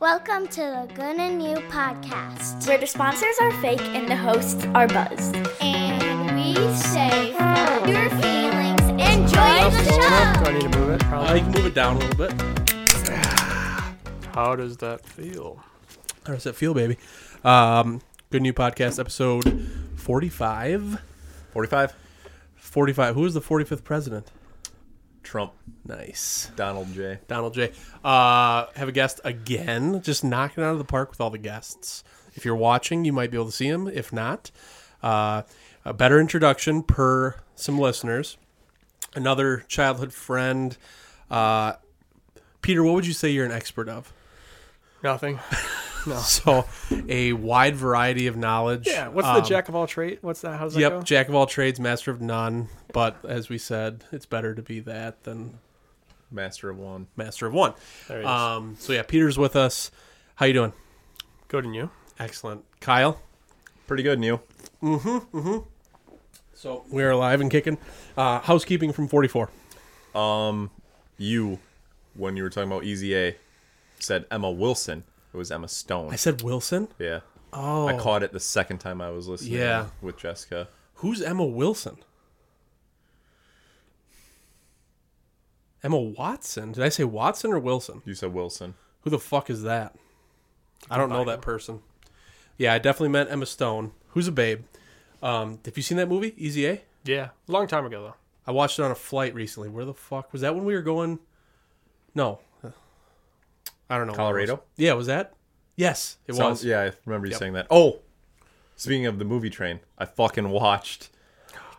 Welcome to the Good and New podcast. where the sponsors are fake and the hosts are buzzed. And we say for your feelings. Enjoy the Enough? show. Do I need to move it? Uh, Probably. you can move it down a little bit. How does that feel? How does that feel, baby? Um, good new podcast episode 45. 45 45. Who was the 45th president? Trump Nice. Donald J Donald J. Uh, have a guest again. Just knocking it out of the park with all the guests. If you're watching, you might be able to see him. If not, uh, a better introduction per some listeners. Another childhood friend. Uh, Peter, what would you say you're an expert of? Nothing. So, a wide variety of knowledge. Yeah. What's Um, the jack of all trades? What's that? How's that Yep, go? jack of all trades, master of none. But as we said, it's better to be that than master of one master of one. There he is. Um, so yeah, Peter's with us. How you doing? Good and you. Excellent, Kyle. pretty good Neil So we're alive and kicking. Uh, housekeeping from forty four. you when you were talking about Easy A said Emma Wilson it was Emma Stone I said Wilson. yeah Oh, I caught it the second time I was listening Yeah. with Jessica who's Emma Wilson? Emma Watson. Did I say Watson or Wilson? you said Wilson Who the fuck is that? I don't know that person. Yeah, I definitely met Emma Stone, who's a babe. Um, have you seen that movie, Easy A? Yeah. Long time ago though. I watched it on a flight recently. Where the fuck was that when we were going? No. I don't know. Colorado? Yeah, was that? Yes, it Sounds- was. yeah I remember you saying that oh speaking of the movie train I fucking watched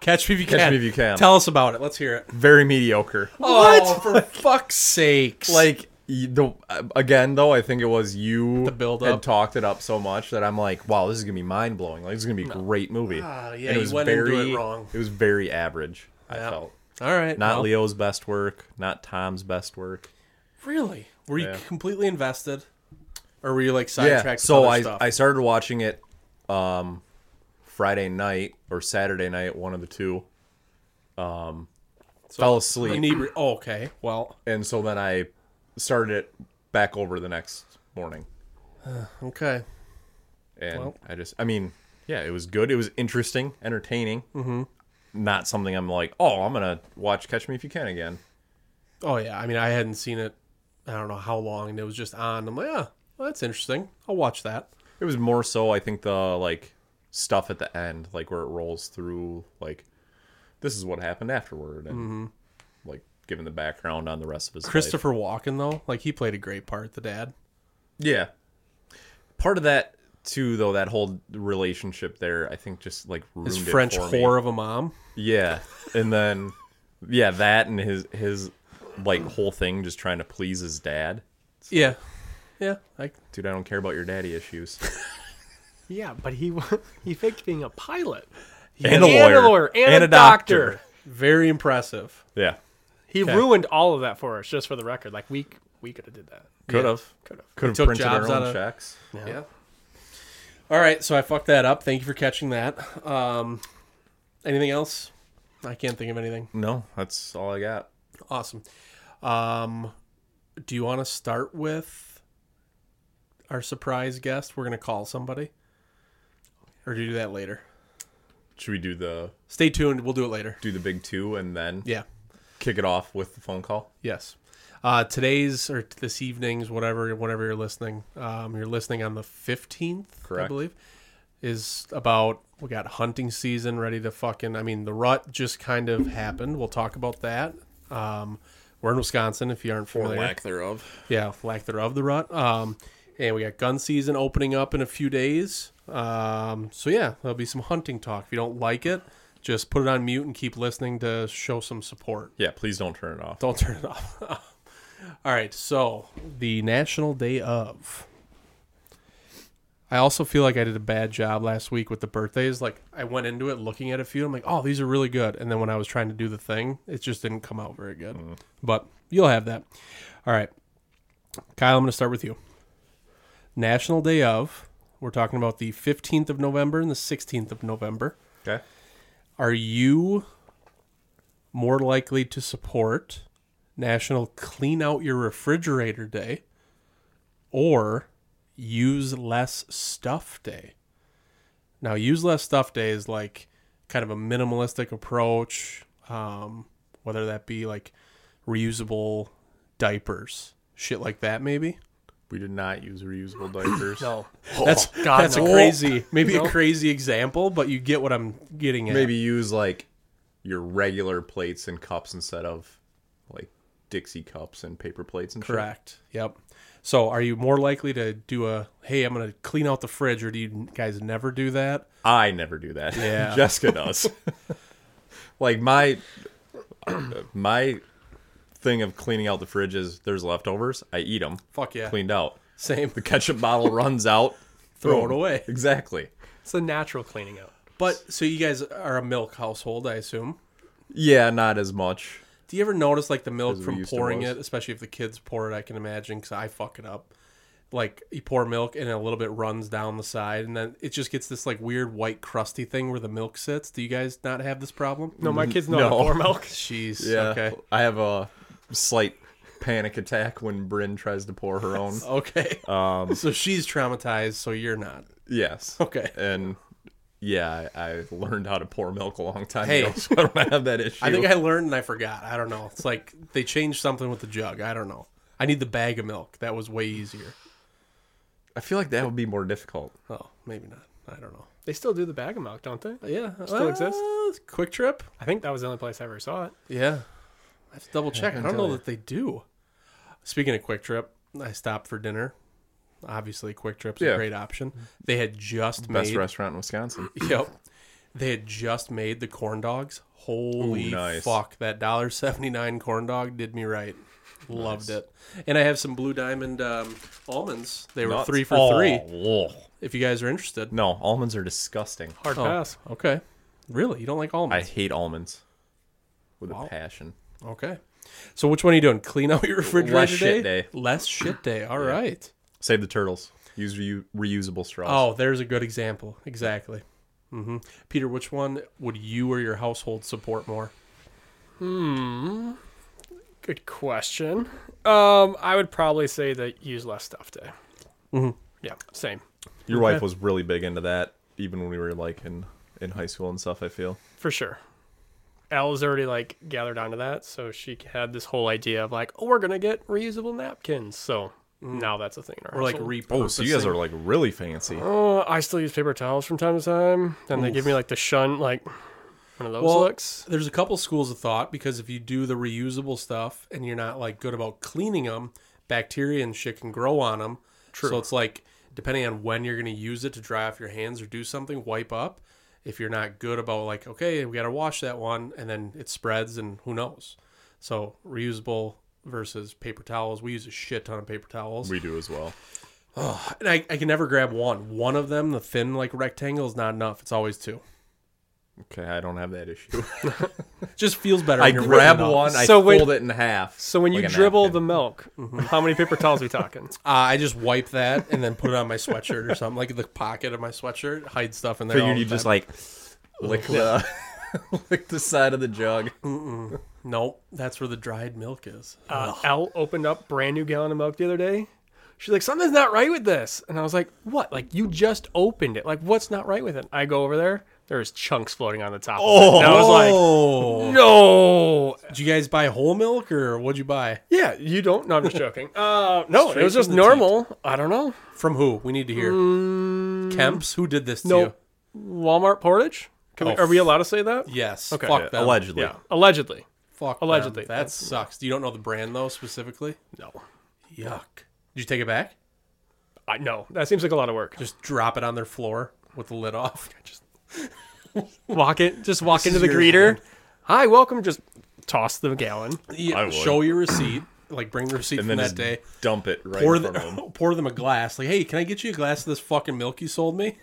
Catch me if you can. Catch Me If You Can. Tell us about it. Let's hear it. very mediocre What? for fuck's sakes. like you- the uh, again though I think it was you The build-up. had talked it up so much that I'm like wow this is gonna be mind blowing like this is gonna be a great movie Ah, yeah, And you went into it wrong. it was very average I Yeah. felt all right. not well, Leo's best work not Tom's best work Really? Were you Yeah. completely invested? Or were you like sidetracked? yeah with so other I stuff? I started watching it um Friday night or Saturday night one of the two um fell asleep Inebri- oh, okay. Well, and so then I started it back over the next morning okay. and Well. I just I mean yeah it was good it was interesting entertaining mm-hmm. not something I'm like oh I'm gonna watch Catch Me If You Can again Oh yeah, I mean I hadn't seen it. I don't know how long, and it was just on. I'm like, ah, well, that's interesting. I'll watch that. It was more so, I think, the like stuff at the end, like where it rolls through, like this is what happened afterward, and like giving the background on the rest of his life. Mm-hmm. Christopher Walken though, like he played a great part, the dad. Yeah, part of that too, though, that whole relationship there, I think, just like ruined His it French for me. whore of a mom. Yeah, and then yeah, that and his his like whole thing, just trying to please his dad. Yeah, yeah. I, Dude, I don't care about your daddy issues. Yeah, but he he faked being a pilot and a lawyer, and a lawyer and, a doctor. very impressive. Yeah, He ruined all of that for us, just for the record. Like we we could have did that. could have, Could have. could have took printed our jobs own out of- checks. Yeah. All right, so I fucked that up. Thank you for catching that. Um, anything else? I can't think of anything. No, that's all I got. Awesome. Um, do you want to start with our surprise guest? We're gonna call somebody, or do you do that later? Should we do the Stay tuned. We'll do it later. do the big two and then Yeah. kick it off with the phone call? Yes. Uh, today's or this evening's, whatever, whenever you're listening, um, you're listening on the fifteenth, I Correct. believe, is about we got hunting season ready to fucking. I mean, the rut just kind of happened. We'll talk about that. Um, we're in Wisconsin, if you aren't familiar. thereof. Yeah, lack thereof, the rut. Um, and we got gun season opening up in a few days. Um, so yeah, there'll be some hunting talk. If you don't like it, just put it on mute and keep listening to show some support. Yeah, please don't turn it off. Don't turn it off. All right, so the National Day of. I also feel like I did a bad job last week with the birthdays. Like I went into it looking at a few, I'm like, oh, these are really good. And then when I was trying to do the thing, it just didn't come out very good. But you'll have that. All right, Kyle, I'm going to start with you. National Day of. We're talking about the 15th of November and the 16th of November Okay. are you more likely to support National Clean Out Your Refrigerator Day or use less stuff day. Now, use less stuff day is like kind of a minimalistic approach, um, whether that be like reusable diapers, shit like that, maybe. We did not use reusable diapers. No. That's Oh, God, that's no. a crazy, maybe No. a crazy example, but you get what I'm getting at. Maybe use like your regular plates and cups instead of like Dixie cups and paper plates and shit. Correct. Yep. So, are you more likely to do a hey, I'm going to clean out the fridge, or do you guys never do that? I never do that. Yeah. Jessica does. like my my thing of cleaning out the fridge is there's leftovers. I eat them. Fuck yeah. Cleaned out. Same. The ketchup bottle runs out. Throw boom. it away. Exactly. It's a natural cleaning out. But so you guys are a milk household, I assume. Yeah, not as much. Do you ever notice like the milk As we from used to pouring was. it, especially if the kids pour it? I can imagine because I fuck it up. Like you pour milk and a little bit runs down the side, and then it just gets this like weird white crusty thing where the milk sits. Do you guys not have this problem? No, my kids know how No. to pour milk. Jeez. Mm-hmm. Yeah. Okay. I have a slight panic attack when Bryn tries to pour her own. Okay. Um, so she's traumatized, so you're not. Yes. Okay. And yeah, I, I learned how to pour milk a long time Hey. ago, so I don't have that issue. I think I learned and I forgot. I don't know. It's like they changed something with the jug. I don't know. I need the bag of milk. That was way easier. I feel like that would be more difficult. Oh, maybe not. I don't know. They still do the bag of milk, don't they? Yeah, Still exists? Quick Trip. I think that was the only place I ever saw it. Yeah, I have to double check. I, can don't tell know ya. that they do. Speaking of Quick Trip, I stopped for dinner. Obviously, Quick Trip's Yeah. a great option. They had just Best made restaurant in Wisconsin. Yep. They had just made the corn dogs. Holy Ooh, nice. fuck! That dollar seventy nine corn dog did me right. Loved it. And I have some blue diamond um, almonds. They were Nuts. three for Oh, three. whoa. If you guys are interested. Oh, No, almonds are disgusting. Hard pass. Okay. Really, you don't like I almonds? hate almonds with Wow. a passion. Okay. So which one are you doing? Clean out your refrigerator Less shit day. Less shit day. All right. Save the turtles. Use reu- reusable straws. Oh, there's a good example. Exactly. hmm Peter, which one would you or your household support more? Good question. Um, I would probably say that use less stuff day. Mm-hmm. Yeah, same. Your wife was really big into that, even when we were like in, in high school and stuff, I feel. for sure. Elle's already like gathered onto that, so she had this whole idea of like, oh, we're gonna get reusable napkins. So now that's a thing. in our Or like household. repurposing? Oh, so you guys are like really fancy. oh, I still use paper towels from time to time. Then they give me like the shun, like one of those Well, looks. There's a couple schools of thought because if you do the reusable stuff and you're not like good about cleaning them, bacteria and shit can grow on them. True. So it's like depending on when you're going to use it to dry off your hands or do something, wipe up. If you're not good about like, okay, we got to wash that one, and then it spreads, and who knows? So reusable versus paper towels. We use a shit ton of paper towels. We do as well. And I, I can never grab one. One of them, the thin like rectangle, is not enough. It's always two. Okay, I don't have that issue. Just feels better. I when you're grab whipping it up. one, I So when- fold it in half. So when like you a dribble napkin. the milk, how many paper towels we talking? Uh, I just wipe that and then put it on my sweatshirt or something, like the pocket of my sweatshirt, hide stuff in there. all figured the you just time. like lick the lick the side of the jug. nope, that's where the dried milk is. Uh, Elle opened up brand new gallon of milk the other day. She's like, something's not right with this, and I was like, what? Like you just opened it. Like what's not right with it? I go over there. There's chunks floating on the top. Oh, of it. And I was like, oh, No. did you guys buy whole milk or what'd you buy Yeah, you don't. No, I'm just joking. Uh, no, it Straight was just from the teat. normal. I don't know. from who? We need to hear. Mm. Kemps, who did this to No. you? Walmart porridge. Can we, Oh, are we allowed to say that? Yes. Okay. Fuck Yeah, them. allegedly. Yeah. Allegedly. Fuck. Allegedly. them. That sucks. You don't know the brand though specifically. No. Yuck. Did you take it back? I no. That seems like a lot of work. Just drop it on their floor with the lid off. Just Walk it. Just walk into is the your greeter. Hi, welcome. Just toss the gallon. I yeah, would. show your receipt. Like bring the receipt And from then that just day. dump it right pour, in front of them. the, pour them a glass. Like, hey, can I get you a glass of this fucking milk you sold me?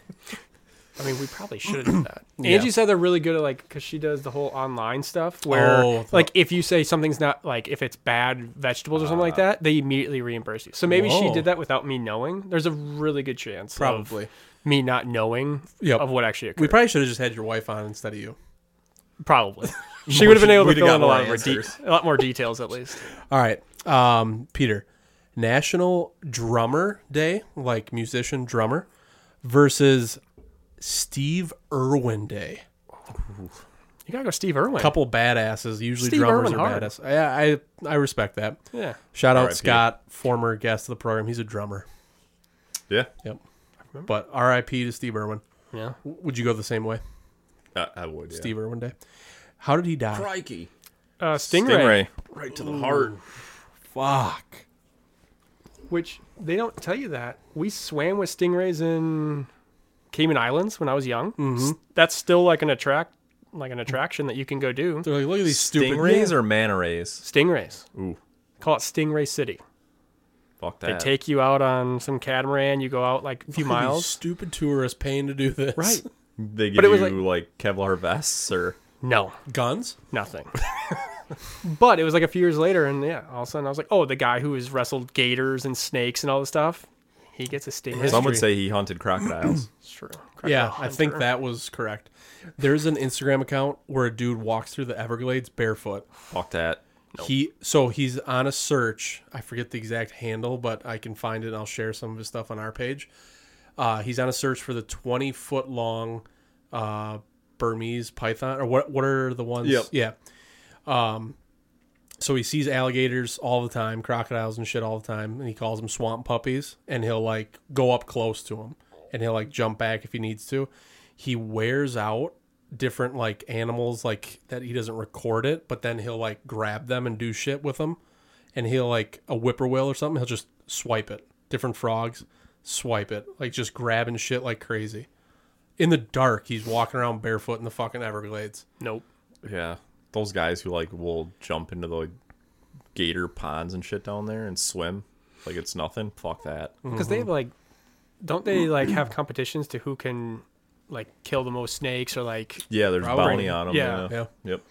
I mean, we probably should have done that. Angie said they're really good at like because she does the whole online stuff where Oh, the- like if you say something's not like if it's bad vegetables or something like that, they immediately reimburse you. So maybe she Ah. Whoa. did that without me knowing. There's a really good chance of Probably. me not knowing Yep. of what actually occurred. We probably should have just had your wife on instead of you. Probably. she would have been able to We'd have fill in got a lot, more more de- answers. a lot more details, at least. All right, um, Peter, National Drummer Day, like musician drummer, versus Steve Irwin Day. You gotta go Steve Irwin. Couple badasses. Usually Steve drummers Irwin are hard. badasses. I, I I respect that. Yeah. Shout out RIP. Scott, former guest of the program. He's a drummer. Yeah, Yep. But R.I.P. to Steve Irwin. Yeah. W- Would you go the same way, I, I would. Yeah. Steve Irwin Day? How did he die? Crikey. Uh, Stingray, Stingray. Right to the heart. Fuck. which they don't tell you that we swam with stingrays in Cayman Islands when I was young. S- That's still like an attract, like an attraction that you can go do. They're like, look at these stupid Stingrays or manta rays? Stingrays. Ooh, Call it Stingray City. fuck They that. take you out on some catamaran. You go out like a few Look at these miles. Stupid tourists paying to do this. Right. They give But it was you like, Kevlar vests or No, Guns. nothing. but it was like a few years later, and yeah, all of a sudden I was like, oh, the guy who has wrestled gators and snakes and all this stuff, he gets a stingray. some would say he hunted crocodiles. It's true. Yeah, Crocodile I think hunter. that was correct. There's an Instagram account where a dude walks through the Everglades barefoot. fuck that. He so he's on a search. I forget the exact handle, but I can find it and I'll share some of his stuff on our page. Uh, he's on a search for the 20 foot long uh, Burmese python or what? What are the ones? Yep. Yeah. Um, so he sees alligators all the time, crocodiles and shit all the time, and he calls them swamp puppies. And he'll like go up close to them, and he'll like jump back if he needs to. He wears out different like animals like that he doesn't record it, but then he'll like grab them and do shit with them. And he'll like a whippoorwill or something. He'll just swipe it. Different frogs, swipe it. Like just grabbing shit like crazy. In the dark, he's walking around barefoot in the fucking Everglades. Nope. Yeah, those guys who like will jump into the like, gator ponds and shit down there and swim like it's nothing. Fuck that. because Mm-hmm. they have like don't they like have competitions to who can like kill the most snakes or like Yeah, there's Probably. bounty on them. Yeah. Yeah. Yep.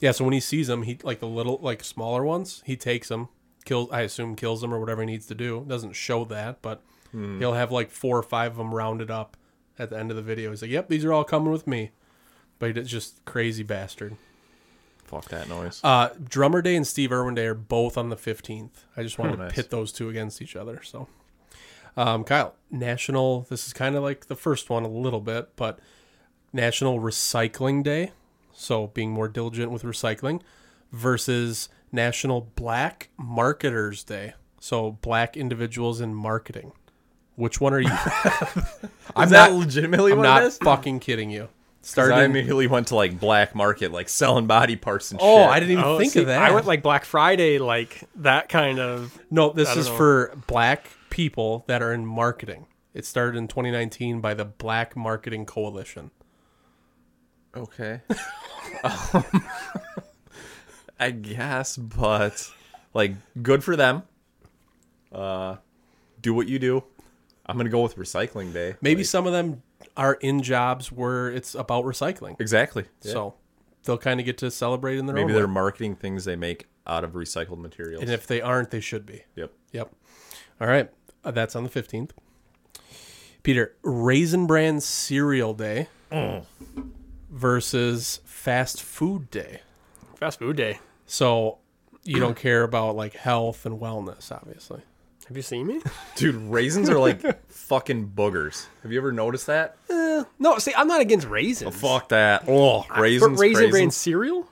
Yeah, so when he sees them, he like the little like smaller ones, he takes them, kills I assume kills them or whatever he needs to do. Doesn't show that, but he'll have like four or five of them rounded up at the end of the video. He's like, "Yep, these are all coming with me." But it's just crazy bastard. Fuck that noise. Uh, Drummer Day and Steve Irwin Day are both on the 15th. I just wanted to Nice. pit those two against each other. So, um, Kyle, National, this is kind of like the first one a little bit, but National Recycling Day. So, being more diligent with recycling versus National Black Marketers Day. So, black individuals in marketing. Which one are you? I'm that legitimately I'm not fucking kidding you. Started. I immediately went to like black market, like selling body parts and oh, shit. I didn't even Oh, think see, of that. I went like Black Friday, like that kind of. No, this don't is know. for black people that are in marketing. It started in 2019 by the Black Marketing Coalition. Okay. Um, I guess, but like, good for them. Uh, do what you do. I'm gonna go with recycling day. Maybe Like, some of them are in jobs where it's about recycling. exactly. So So they'll kind of get to celebrate in their maybe own they're way. marketing things they make out of recycled materials. And if they aren't, they should be. yep. Yep. All right. Uh, That's on the 15th. Peter, Raisin Bran Cereal Day versus Fast Food Day. Fast food day. So you don't care about like health and wellness, obviously. Have you seen me? Dude, raisins are like fucking boogers. Have you ever noticed that? No, see, I'm not against raisins. Fuck that. Oh, raisins, but raisin bran raisins. cereal.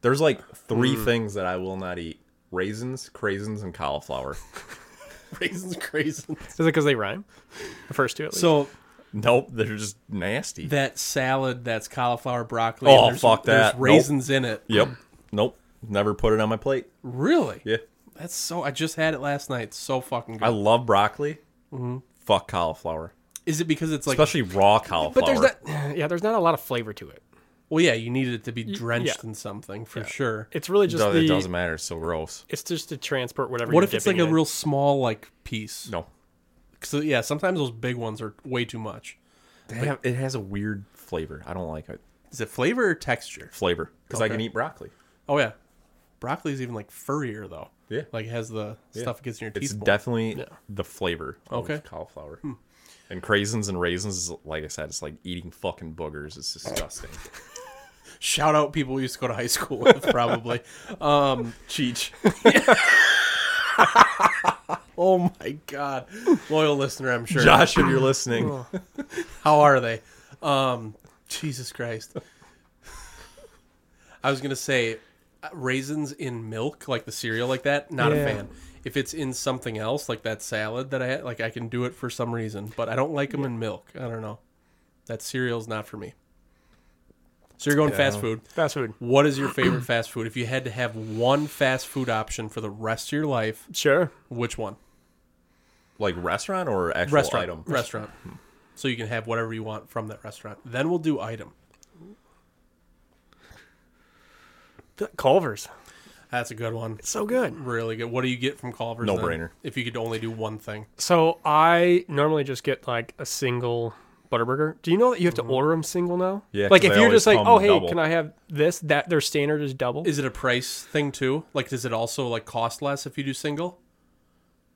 There's like three Mm. things that I will not eat: raisins, craisins, and cauliflower. Raisins, craisins. Is it because they rhyme? The first two, at least. So Nope, they're just nasty. that salad that's cauliflower broccoli. Oh, fuck that. There's Nope. raisins in it. Yep. Nope. Never put it on my plate. Really? Yeah. That's so. I just had it last night. It's so fucking good. I love broccoli. Fuck cauliflower, Is it because it's like? especially raw cauliflower. but there's not. Yeah, there's not a lot of flavor to it. well, yeah, you needed it to be drenched yeah. in something for sure. It's really It just does- the. it doesn't matter. It's so gross. It's just to transport whatever. What you're if it's like dipping a it in. real small like piece? No. So yeah, sometimes those big ones are way too much. They have- it has a weird flavor. I don't like it. Is it flavor or texture? Flavor because I Okay. can eat broccoli. Oh yeah, broccoli is even like furrier though. Yeah. like it has the stuff that gets in your teeth. It's more. definitely the flavor. Of Okay. Cauliflower. And craisins and raisins is like I said, it's like eating fucking boogers. It's disgusting. Shout out people we used to go to high school with probably. Cheech. Oh my god, loyal listener, I'm sure. Josh, if you're listening, How are they? Um, Jesus Christ. I was gonna say uh, raisins in milk, like the cereal, like that. Not a Yeah. fan. If it's in something else, like that salad that I had, like I can do it for some reason, but I don't like them in milk. I don't know. That cereal's not for me. So you're going fast food. Fast food. What is your favorite fast food? If you had to have one fast food option for the rest of your life, Sure. which one? like restaurant or actual restaurant item? restaurant so you can have whatever you want from that restaurant then we'll do item Th- Culver's. that's a good one It's so good. really good what do you get from culver's No then, brainer. if you could only do one thing So I normally just get like a single butterburger. Do you know that you have to order them single now? Mm-hmm. Yeah, Like 'cause if they you're just always like, come oh hey, double. can I have this? That their standard is double. is it a price thing too like does it also like cost less if you do single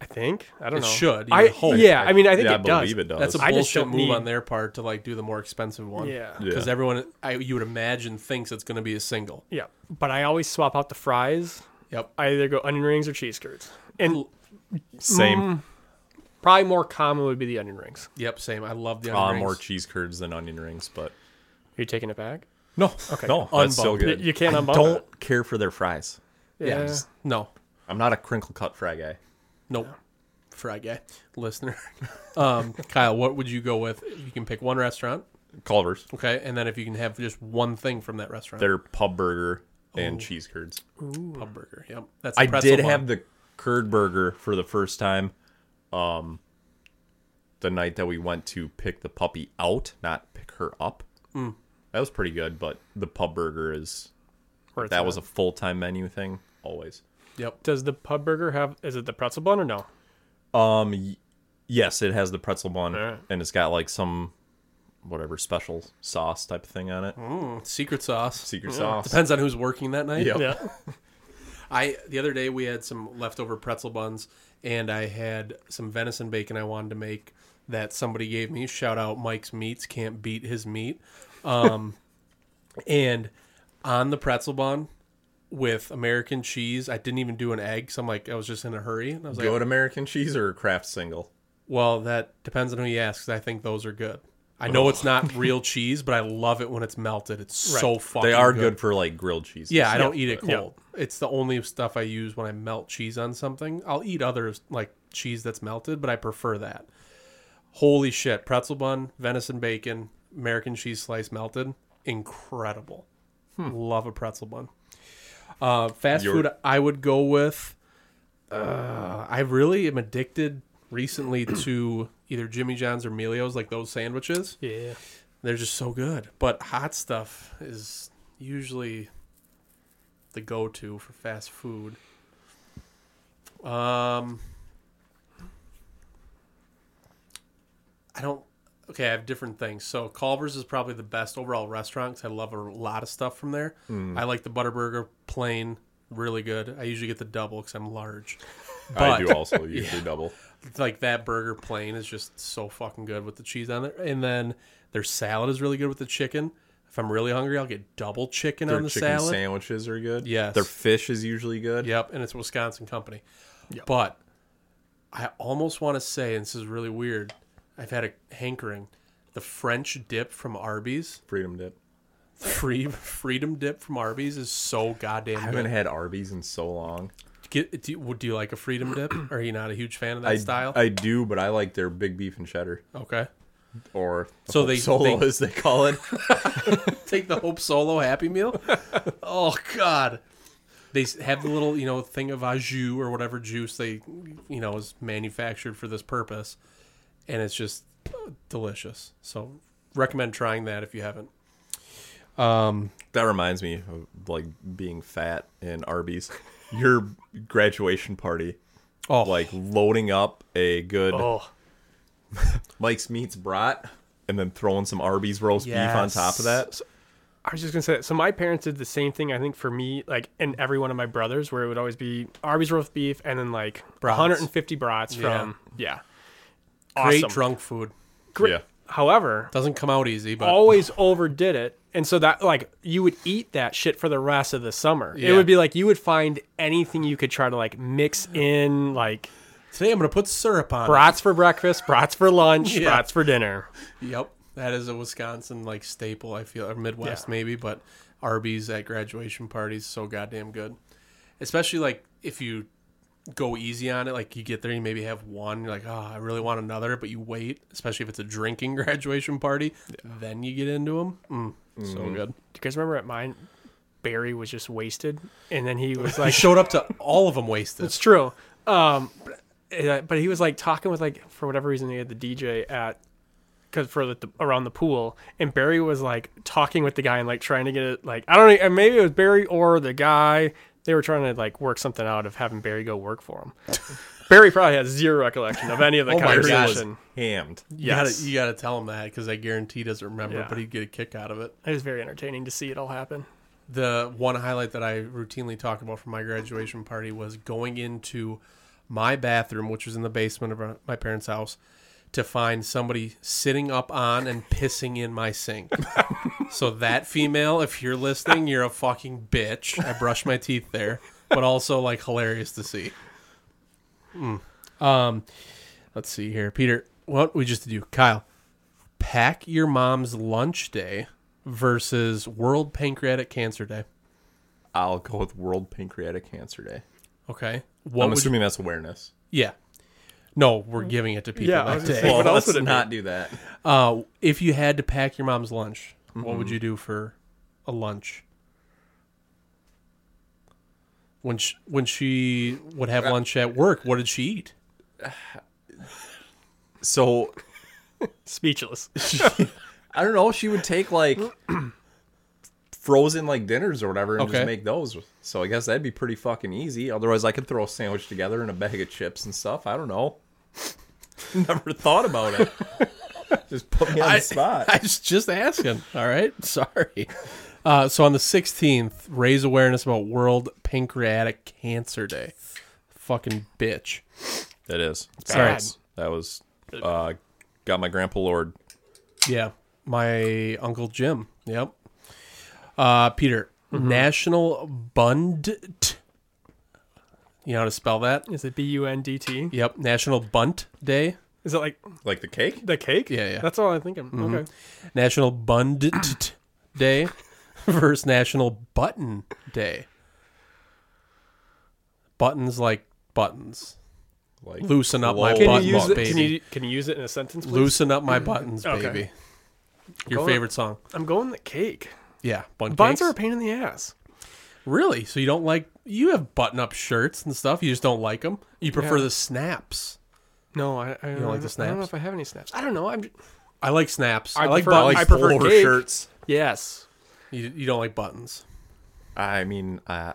I think I don't It know. should, you I would hope. yeah. I mean, I think it yeah, I does. believe it does. that's a I just bullshit don't move need- on their part to like do the more expensive one Yeah. Yeah. because everyone i you would imagine thinks it's going to be a single Yeah, but I always swap out the fries. yep I either go onion rings or cheese curds, and Same. probably more common would be the onion rings. yep same i love the Uh, onion more rings. cheese curds than onion rings, but Are you taking it back? no, okay, no, that's still Unbumped. good. You- you can't I unbump Don't care for their fries. yeah no I'm not a crinkle cut fry guy. Nope. Fry guy. Listener. Um, Kyle, what would you go with? You can pick one restaurant, Culver's, okay? And then if you can have just one thing from that restaurant. their pub burger and cheese curds. pub burger. Yep. That's I the pretzel did bun. have the curd burger for the first time. Um, the night that we went to pick the puppy out, not pick her up. Mm. That was pretty good, but the pub burger is Where it's that at. was a full time menu thing always. Yep. Does the pub burger have? Is it the pretzel bun or no? Um, y- yes, it has the pretzel bun, Alright. and it's got like some whatever special sauce type of thing on it. Secret sauce. Secret sauce. Depends on who's working that night. Mm-hmm. Yep. Yeah. I the other day we had some leftover pretzel buns and I had some venison bacon I wanted to make that somebody gave me. Shout out Mike's Meats, can't beat his meat. Um, and on the pretzel bun with American cheese, I didn't even do an egg, so I'm like I was just in a hurry and I was like, Good American cheese or craft single? well, that depends on who you ask. 'cause I think those are good. I know it's not real cheese, but I love it when it's melted. It's so fucking They are good. for like grilled cheese. Yeah, I don't eat it cold. It's the only stuff I use when I melt cheese on something. I'll eat others like cheese that's melted, but I prefer that. Holy shit, pretzel bun, venison bacon, American cheese slice melted, incredible. Love a pretzel bun. Uh, fast Your- food, I would go with. Uh, I really am addicted recently to either Jimmy John's or Melio's, like those sandwiches. Yeah. They're just so good. But hot stuff is usually the go to for fast food. Um I don't okay, I have different things. So Culver's is probably the best overall restaurant 'cause I love a lot of stuff from there. I like the Butterburger plain, really good. I usually get the double because I'm large. I But- do also usually double. like that burger plain is just so fucking good with the cheese on it. And then their salad is really good with the chicken. If I'm really hungry, I'll get double chicken Their on the chicken salad. sandwiches are good. Yes. Their fish is usually good. Yep, and it's a Wisconsin company. But I almost want to say, and this is really weird, I've had a hankering. The French dip from Arby's, Freedom dip. free freedom dip from Arby's, is so I goddamn haven't good. had Arby's in so long. Get, do, you, do you like a freedom dip? Are you not a huge fan of that I, style? I do, but I like their big beef and cheddar, okay, or So they- solo they- as they call it. take the Hope Solo Happy Meal. oh God, they s- have the little you know thing of au jus or whatever juice they you know is manufactured for this purpose, and it's just uh, delicious. So recommend trying that if you haven't. That reminds me of like being fat in Arby's. Your graduation party, Oh, like loading up a good Oh. Mike's meats brat, and then throwing some Arby's roast beef on top of that. I was just gonna say. So my parents did the same thing. I think for me, like, and every one of my brothers, where it would always be Arby's roast beef and then like Brats. 150 brats Yeah. from yeah. great Awesome. drunk food Great. Yeah. However, doesn't come out easy, but always overdid it. And so that like you would eat that shit for the rest of the summer. Yeah. It would be like you would find anything you could try to like mix in like Today I'm going to put syrup on. it." Brats for breakfast, brats for lunch, Yeah. brats for dinner. Yep, that is a Wisconsin like staple. I feel or Midwest Yeah. maybe, but Arby's at graduation parties so goddamn good. Especially like if you go easy on it, like you get there, you maybe have one. You're like, oh, I really want another, but you wait. Especially if it's a drinking graduation party, then you get into them. Mm, So good. Do you guys remember at mine? Barry was just wasted, and then he was I like, showed up to all of them wasted. "It's true." Um, but, uh, but he was like talking with like for whatever reason he had the DJ at because for the, around the pool, and Barry was like talking with the guy and like trying to get it like I don't know maybe it was Barry or the guy they were trying to like work something out of having Barry go work for him. Barry probably has zero recollection of any of the Oh my gosh. was conversation. hammed. You gotta, Yes. you gotta tell him that because I guarantee he doesn't remember, Yeah. but he'd get a kick out of it. It was very entertaining to see it all happen. the one highlight that I routinely talk about from my graduation party was going into my bathroom, which was in the basement of our- my parents' house, to find somebody sitting up on and pissing in my sink. so that female, if you're listening, you're a fucking bitch. I brushed my teeth there, but also like hilarious to see. Mm. Um, let's see here, Peter. What we just do, Kyle? Pack your mom's lunch day versus World Pancreatic Cancer Day. I'll go with World Pancreatic Cancer Day. Okay. What I'm would assuming that's awareness. yeah. No, we're giving it to people Yeah, I that was gonna day. say- Hey, what else let's would it be? not do that. Uh, if you had to pack your mom's lunch, what Mm-hmm. would you do for a lunch? When she, when she would have lunch at work, what did she eat? So Speechless. I don't know. She would take like frozen like dinners or whatever and Okay. just make those. So I guess that'd be pretty fucking easy. Otherwise, I could throw a sandwich together and a bag of chips and stuff. I don't know. Never thought about it. just put me on the spot. I was just asking. All right, sorry. Uh, so on the 16th, raise awareness about World Pancreatic Cancer Day. Fucking bitch. that is. Sorry. That was. Uh, got my grandpa Lord. Yeah, my uncle Jim. Yep. Uh, Peter, National Bund. You know how to spell that? Is it B U N D T? Yep, National Bunt Day, Is it like Like the cake? the cake? Yeah, Mm-hmm. yeah. That's all I'm thinking. Okay. National Bund Day, versus National Button Day. Buttons like buttons. Like Loosen up my Lord. Can button, you use it? baby. Can you can you use it in a sentence? Please? Loosen up my buttons, Okay. baby. Mm-hmm. Your Go on. favorite song? I'm going the cake. Yeah, bun Buns cakes. are a pain in the ass. Really? So you don't like you have button-up shirts and stuff. You just don't like them. You prefer Yeah. the snaps. No, I, I don't like the I don't know snaps? if I have any snaps. I don't know. I'm I like snaps. I, I like prefer- I buttons. like prefer pullover cake. shirts. yes. you, you don't like buttons. I mean, uh,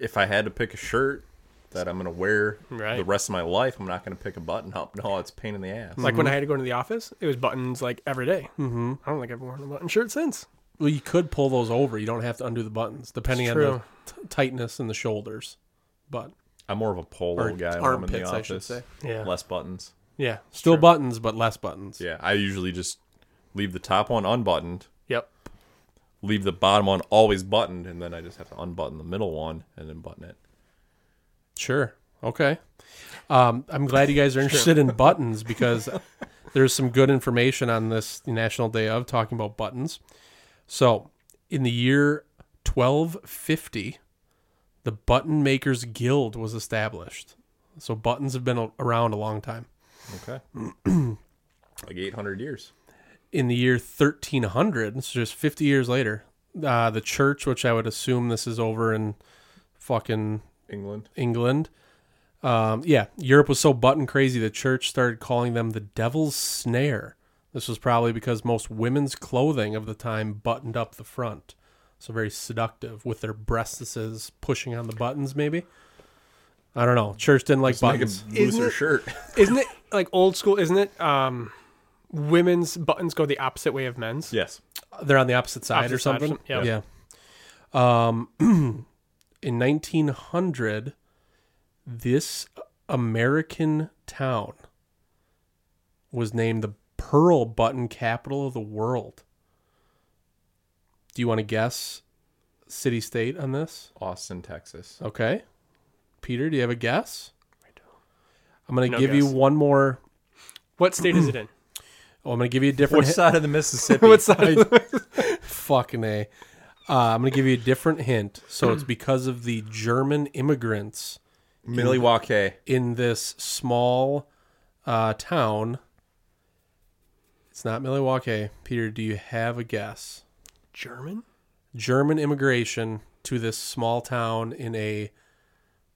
if I had to pick a shirt that I'm gonna wear Right. the rest of my life, I'm not gonna pick a button up. No, it's a pain in the ass. Like when I had to go into the office, it was buttons like every Mm-hmm. I don't think I've worn a button shirt since. Well, you could pull those over. You don't have to undo the buttons, depending It's on the t- tightness in the shoulders. But I'm more of a polo Or guy when I'm in the armpits, office. I should say. Yeah. Less buttons. Yeah. still buttons, but less buttons. Yeah, I usually just leave the top one unbuttoned, Yep. leave the bottom one always buttoned, and then I just have to unbutton the middle one and then button it. Sure. Okay. Um, I'm glad you guys are interested in buttons because there's some good information on this National Day of talking about buttons. So, in the year 1250, the Button Makers Guild was established. So, buttons have been a- around a long time. Okay. like 800 years. in the year 1300, so just 50 years later, uh, the church, which I would assume this is over in fucking England. England, um, yeah, Europe was so button crazy, the church started calling them the devil's snare. This was probably because most women's clothing of the time buttoned up the front. So very seductive with their breastises pushing on the buttons, maybe. I don't know. Church didn't like Like a buttons. looser it- shirt. Isn't it like old school? Isn't it? Um, women's buttons go the opposite way of men's. yes. they're on the opposite side Opposite or side or something. something, Yeah. yeah. Um, in 1900, this American town was named the Pearl Button Capital of the World. Do you want to guess city state on this? Austin, Texas. Okay. Peter, do you have a guess? I'm gonna No give you guess. one more. What state is it in? Oh, I'm gonna give you a different. What hint. side of the Mississippi? Fucking a. Uh, I'm gonna give you a different hint. So it's because of the German immigrants Milwaukee. in this small uh, town. It's not Milwaukee. Peter, do you have a guess? German? German immigration to this small town in a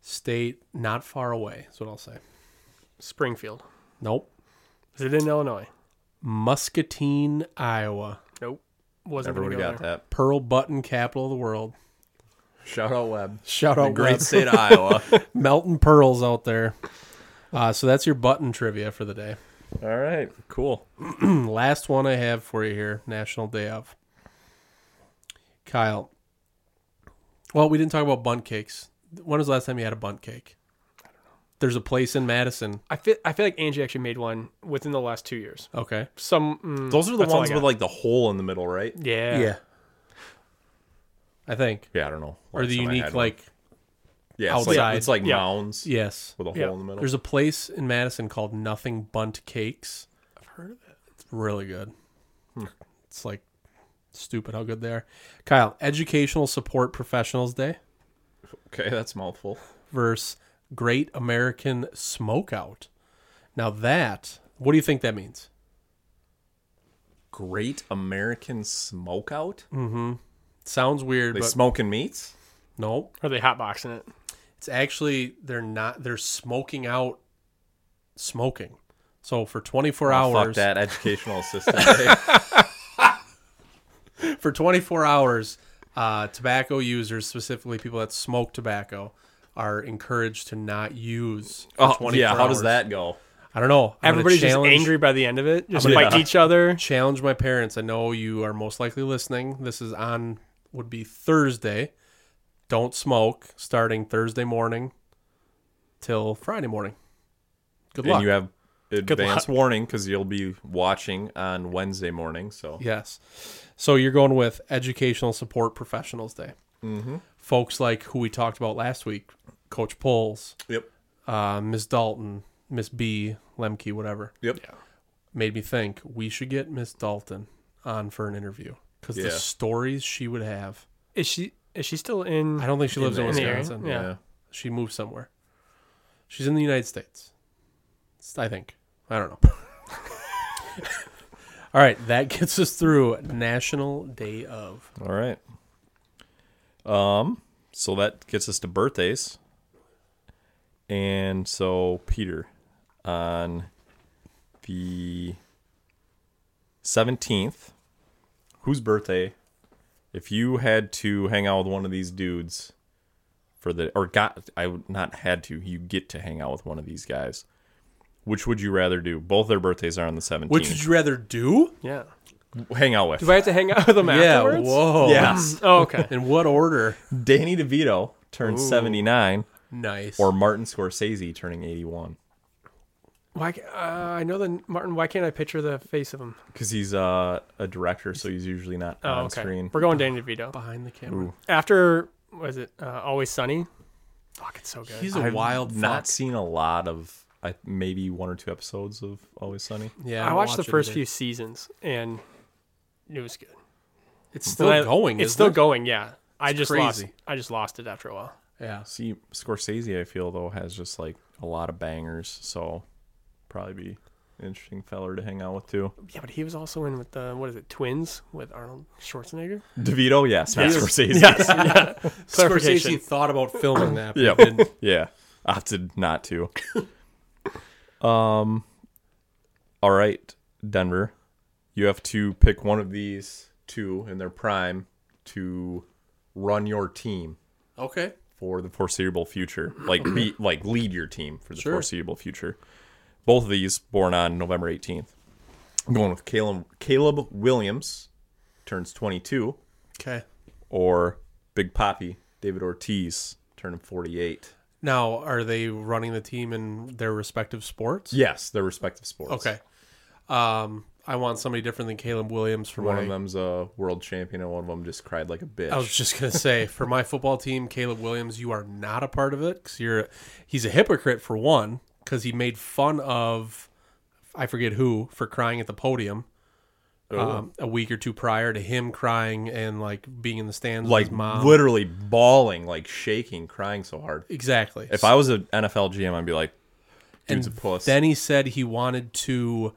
state not far away. That's what I'll say. Springfield. Nope. Is it in Illinois? Muscatine, Iowa. Nope. Wasn't Everybody going got there. that. Pearl Button, capital of the world. Shout out Webb. Shout The out great great state of Iowa. melting pearls out there. Uh, so that's your button trivia for the day. Hmm, All right. Cool. Last one I have for you here, National Day of. Kyle. Well, we didn't talk about bunt cakes. When was the last time you had a bunt cake? There's a place in Madison. I feel I feel like Angie actually made one within the last two years. Okay. Some mm, Those are the that's all I ones got. with like the hole in the middle, right? yeah I think. Yeah, I don't know. Or the Last time I had unique, one. like, yeah, it's outside. like, it's like Yeah. mounds yes. with a Yeah. hole in the middle. There's a place in Madison called Nothing Bunt Cakes. I've heard of it. It's really good. Hmm. It's like stupid how good they are. Kyle, Educational Support Professionals Day okay, that's a mouthful. versus Great American Smokeout. Now that, what do you think that means? Great American Smokeout. sounds weird, They Mm, but smoking meats. no, Are they hotboxing it? it's actually they're not. They're smoking out, smoking. So for 24 Oh, fuck hours, that educational assistant. eh? Hey, for 24 hours, uh, tobacco users, specifically people that smoke tobacco, are encouraged to not use. For oh, 24 yeah, how does hours. that go? I don't know. I'm gonna Everybody's just challenge- angry by the end of it. Just I'm gonna- fight each other. Challenge my parents. I know you are most likely listening. This is on would be Thursday. Don't smoke starting Thursday morning till Friday morning. Good luck. And you have advance luck. warning because you'll be watching on Wednesday morning. So Yes. So you're going with Educational Support Professionals Day. Mm-hmm. Folks like who we talked about last week, Coach Poles, yep, uh, Miss Dalton, Miss B, Lemke, whatever, yep. made me think we should get Miss Dalton on for an interview because Yeah. the stories she would have. Is she is she still in? I don't think she lives in the area, Wisconsin. yeah. She moved somewhere. She's in the United States. S- I think. I don't know. All right, that gets us through National Day of. All right. Um, so that gets us to birthdays. And so Peter on the 17th, whose birthday? If you had to hang out with one of these dudes for the or got I would not had to, you get to hang out with one of these guys. Which would you rather do? Both their birthdays are on the 17th. Which would you rather do? Yeah. hang out with? Do I have to hang out with them afterwards? Whoa. yes. Oh, okay. In what order? Danny DeVito turned 79. Nice. or Martin Scorsese turning 81 Why? ca- Uh, I know the Martin. Why can't I picture the face of him? because he's uh, a director, so he's usually not Oh, on okay. screen. We're going Danny DeVito. behind the camera. After was it uh, Always Sunny? Fuck, it's so good. He's a I've wild Not fuck. seen a lot of, I, maybe one or two episodes of Always Sunny. Yeah. I don't watched the watch it first either. few seasons and it was good. It's still But I- going. It's isn't still it? going. Yeah. I It's just lost. crazy. I just lost it after a while. Yeah. See, Scorsese, I feel though has just like a lot of bangers, so probably be an interesting feller to hang out with too. Yeah, but he was also in with the what is it? Twins with Arnold Schwarzenegger. DeVito, yes, not Yes. Scorsese. Scorsese Clarification. thought about filming that. but Yep. he didn't. yeah. Opted not to. um. All right, Denver. You have to pick one of these two in their prime to run your team Okay. for the foreseeable future. Like be like lead your team for the Sure. foreseeable future. Both of these born on November 18th. I'm going with Caleb Caleb Williams turns 22 Okay. or Big Poppy David Ortiz turning 48. Now, are they running the team in their respective sports? Yes, their respective sports. Okay. Um, I want somebody different than Caleb Williams for One my. of them's a world champion, and one of them just cried like a bitch. I was just gonna say for my football team, Caleb Williams, you are not a part of it because you're he's a hypocrite for one because he made fun of I forget who for crying at the podium. Um, a week or two prior to him crying and like being in the stands with like his mom. literally bawling, like shaking, crying so hard. exactly. If I was an NFL GM, I'd be like, dude's a puss. Then he said he wanted to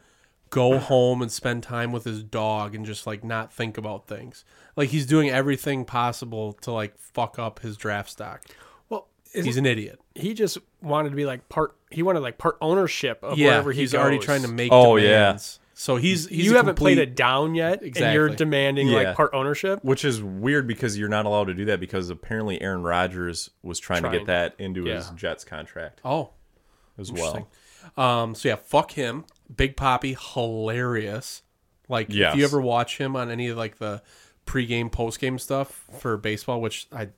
go home and spend time with his dog and just like not think about things. Like he's doing everything possible to like fuck up his draft stock. Well, is He's an idiot. he just wanted to be like part. He wanted like part ownership of Yeah, wherever he he's already goes. trying to make. Oh, Oh yeah. demands. yeah. So he's he's you a haven't played complete- it down yet, and Exactly. you're demanding Yeah. like part ownership. Which is weird because you're not allowed to do that because apparently Aaron Rodgers was trying, to Trying. get that into his Yeah. Jets contract Oh, as well. Um, so yeah, fuck him. Big Poppy, hilarious. Like Yes. if you ever watch him on any of like the pregame, postgame stuff for baseball, which I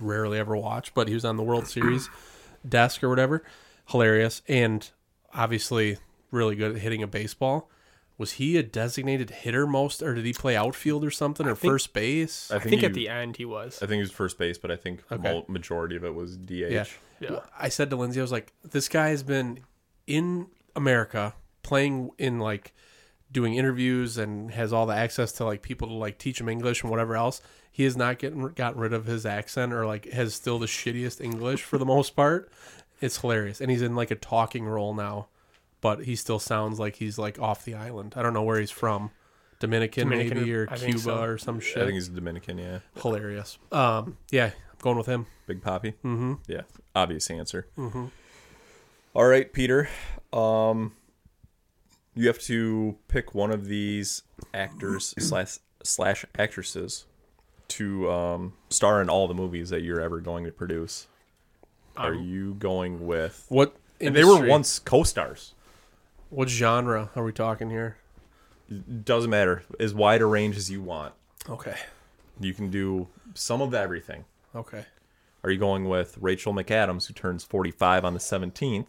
rarely ever watch, but he was on the World Series desk or whatever. Hilarious and obviously really good at hitting a baseball. Was he a designated hitter most, or did he play outfield or something, or first base? I I think he, at the end he was. I think he was first base, but I think mo- majority of it was DH. Yeah. Yeah. I said to Lindsay, I was like, this guy has been in America playing in like doing interviews and has all the access to like people to like teach him English and whatever else. He has not getting gotten rid of his accent or like has still the shittiest English for the most part. It's hilarious. And he's in like a talking role now, but he still sounds like he's like off the island. I don't know where he's from. Dominican, Dominican, maybe or I think Cuba so. or some I think shit. he's Dominican, yeah. Hilarious. Um, yeah, I'm going with him. Big Poppy. Mm-hmm. Yeah, obvious answer. Mm-hmm. right, Peter. Um, you have to pick one of these actors slash slash actresses to um, star in all the movies that you're ever going to produce. Are you going with? What And they were industry- once co-stars. What genre are we talking here? Doesn't matter. As wide a range as you want. Okay. You can do some of everything. Okay. Are you going with Rachel McAdams, who turns 45 on the 17th,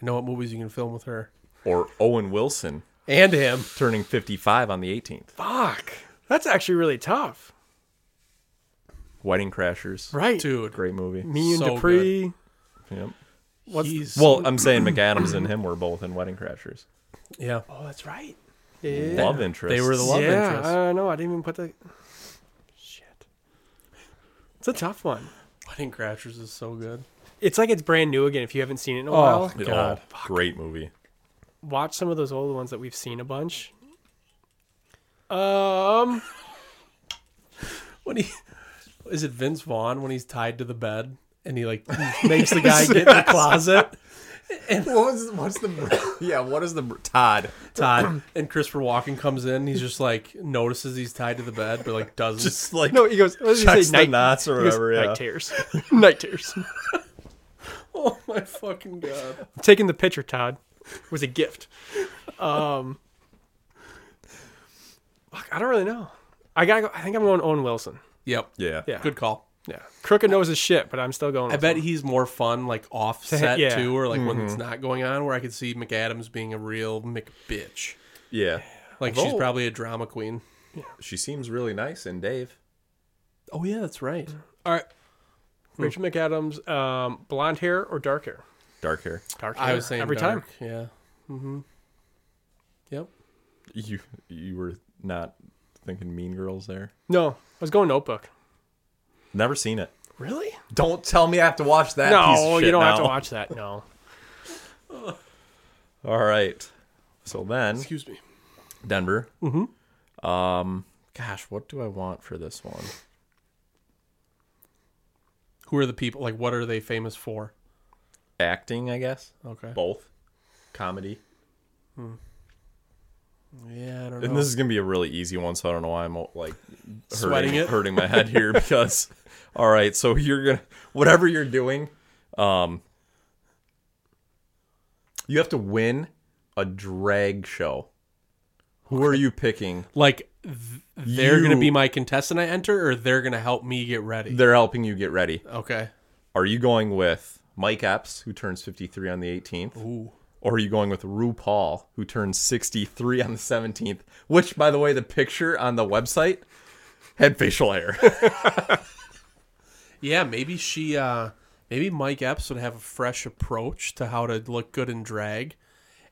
I know what movies you can film with her. or Owen Wilson, And him. turning 55 on the 18th. Fuck, that's actually really tough. Wedding Crashers. Right, Dude. Great movie. Me and So Dupree. Yep. He's, Well, I'm saying McAdams and him were both in Wedding Crashers. yeah. Oh, that's right. Love interest. They were the love yeah, interest. I don't know. I didn't even put the. Shit. It's a tough one. Wedding Crashers is so good. It's like it's brand new again. If you haven't seen it in a while, Oh, God. great movie. watch some of those old ones that we've seen a bunch. Um, When he is it Vince Vaughn when he's tied to the bed and he like makes the guy get in the closet? What was, what's the yeah? What is the Todd? Todd and Christopher Walken comes in. He's just like notices he's tied to the bed, but like doesn't. Just like no, he goes. What does he Checks say? the Night knots or he goes, whatever, yeah. Night tears. Night tears. oh my fucking god! I'm taking the picture, Todd. It was a gift. Um, fuck, I don't really know. I gotta go. I think I'm going Owen Wilson. Yep. yeah. Yeah. Good call. Yeah, Crooked knows his shit, but I'm still going. I bet he's more fun like offset Yeah. too, or like Mm-hmm. when it's not going on, where I could see McAdams being a real McBitch. yeah. Like she's Oh. Although- probably a drama queen. She seems really nice and Dave. Oh yeah, that's right. All right. Hmm. Rachel McAdams, um, blonde hair or dark hair? Dark hair. Dark hair. I was saying every dark, time. Yeah. Mm-hmm. Yep. You you were not thinking Mean Girls there. No, I was going Notebook. Never seen it. Really? Don't tell me I have to watch that. piece of No, you shit don't have now. to watch that. No. All right. So then Excuse me. Denver. Mm-hmm. Um, gosh, what do I want for this one? Who are the people? Like, what are they famous for? Acting, I guess. Okay. Both comedy. Yeah, I don't know. And this is gonna be a really easy one, so I don't know why I'm like hurting, Sweating it? hurting my head here because. All right, so you're gonna whatever you're doing, um, you have to win a drag show. Who are you picking? like, th- they're You- gonna be my contestant I enter, or they're gonna help me get ready. They're helping you get ready. okay. Are you going with Mike Epps, who turns 53 on the 18th? Ooh. Or are you going with RuPaul, who turns 63 on the 17th? Which, by the way, the picture on the website had facial hair. Yeah, maybe she uh Maybe Mike Epps would have a fresh approach to how to look good in drag.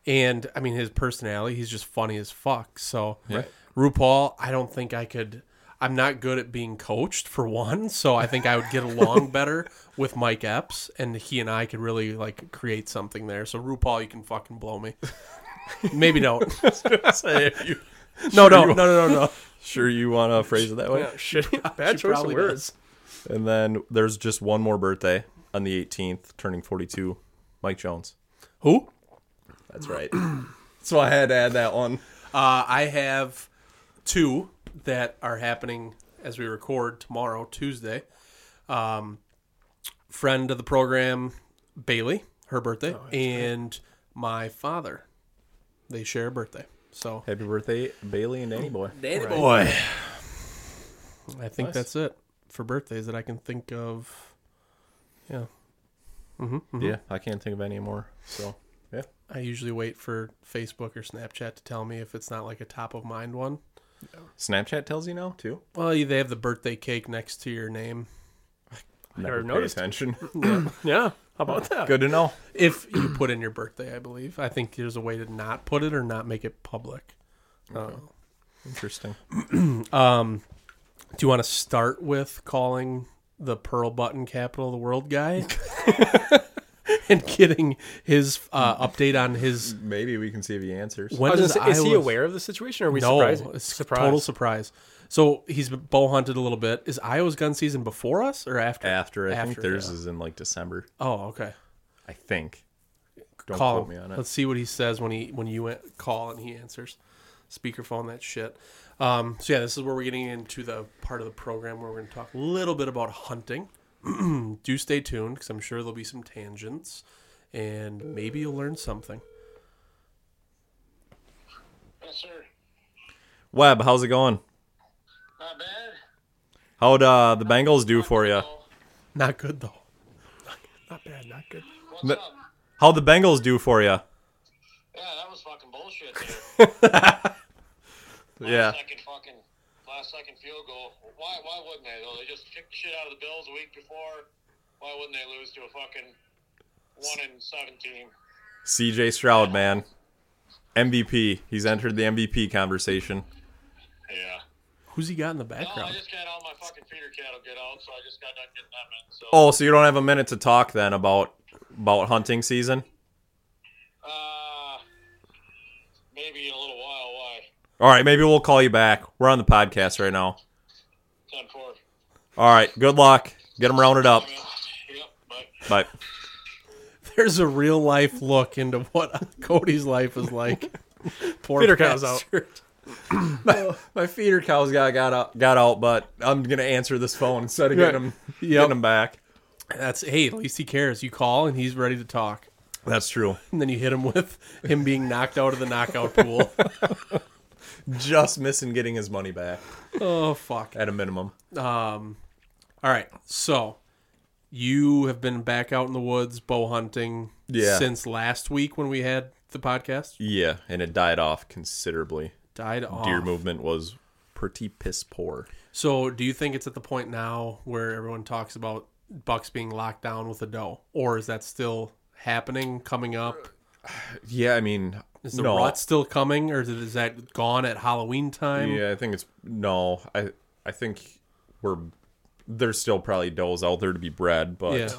And I mean, his personality, he's just funny as fuck. So, RuPaul, I don't think I could. I'm not good at being coached for one, so I think I would get along better with Mike Epps, and he and I could really like create something there. So RuPaul, you can fucking blow me. Maybe don't. Say if you- No, no, no, you- no, no, no. sure you want to phrase it that way. Yeah, shit. Bad She choice of probably words. And then there's just one more birthday on the 18th, turning 42. Mike Jones. Who? That's right. so I had to add that one. Uh, I have two that are happening as we record tomorrow, Tuesday. Um, friend of the program, Bailey, her birthday, and my father. They share a birthday. So, Happy birthday, Bailey and Danny Boy. boy. I think that's it for birthdays that I can think of. Yeah. Yeah, Mm-hmm. I can't think of any more. So yeah, I usually wait for Facebook or Snapchat to tell me if it's not like a top of mind one. Snapchat tells you now too. Well, you- they have the birthday cake next to your name. Never pay noticed. attention. Yeah. How about that? Good to know. if you put in your birthday, I believe. I think there's a way to not put it or not make it public. Uh, Interesting. Do you want to start with calling the pearl button capital of the world guy and getting his uh, update on his? Maybe we can see if he answers. When I was gonna does say, is he Iowa- aware of the situation? Or are we No, surprised? it's total surprise. So he's been bow hunted a little bit. Is Iowa's gun season before us or after? After I think After, theirs yeah. is in like December. Oh, okay. I think. Don't call quote him. me on it. Let's see what he says when he when you a- call and he answers. Speakerphone that shit. Um, so yeah, this is where we're getting into the part of the program where we're going to talk a little bit about hunting. Do stay tuned because I'm sure there'll be some tangents, and maybe you'll learn something. Yes, sir. Webb, how's it going? Not bad. How'd uh, the Bengals do for you? Not good though. Not bad. Not good. What's No- up? How'd the Bengals do for you? Yeah, that was fucking bullshit. Dude. Yeah. Last second fucking last second field goal. Why? Why wouldn't they though? They just kicked the shit out of the Bills a week before. Why wouldn't they lose to a fucking one and seven team? CJ Stroud, man. MVP. He's entered the MVP conversation. Yeah. Who's he got in the No, I background? just got all my fucking feeder cattle get out, so I just got done getting them in. So, Oh, so you don't have a minute to talk then about about hunting season? uh, maybe in a little while. Why? All right, maybe we'll call you back. We're on the podcast right now. Ten four. All right, good luck. Get them rounded up. Yep. But Bye. There's a real life look into what Cody's life is like. Poor Feeder cow's out. bastard. My feeder cows got got out, got out, but I'm gonna answer this phone instead of getting them getting them back. That's hey, at least he cares. You call and he's ready to talk. That's true. And then you hit him with him being knocked out of the knockout pool. Just missing getting his money back oh fuck. at a minimum. All right. So you have been back out in the woods bow hunting Yeah. since last week when we had the podcast. Yeah, and it died off considerably. Died off. Deer movement was pretty piss poor. So do you think it's at the point now where everyone talks about bucks being locked down with a doe? Or is that still happening, coming up? Yeah, I mean, Is the no. rut still coming or is, it, is that gone at Halloween time? Yeah, I think it's no. I I think we're there's still probably does out there to be bred, but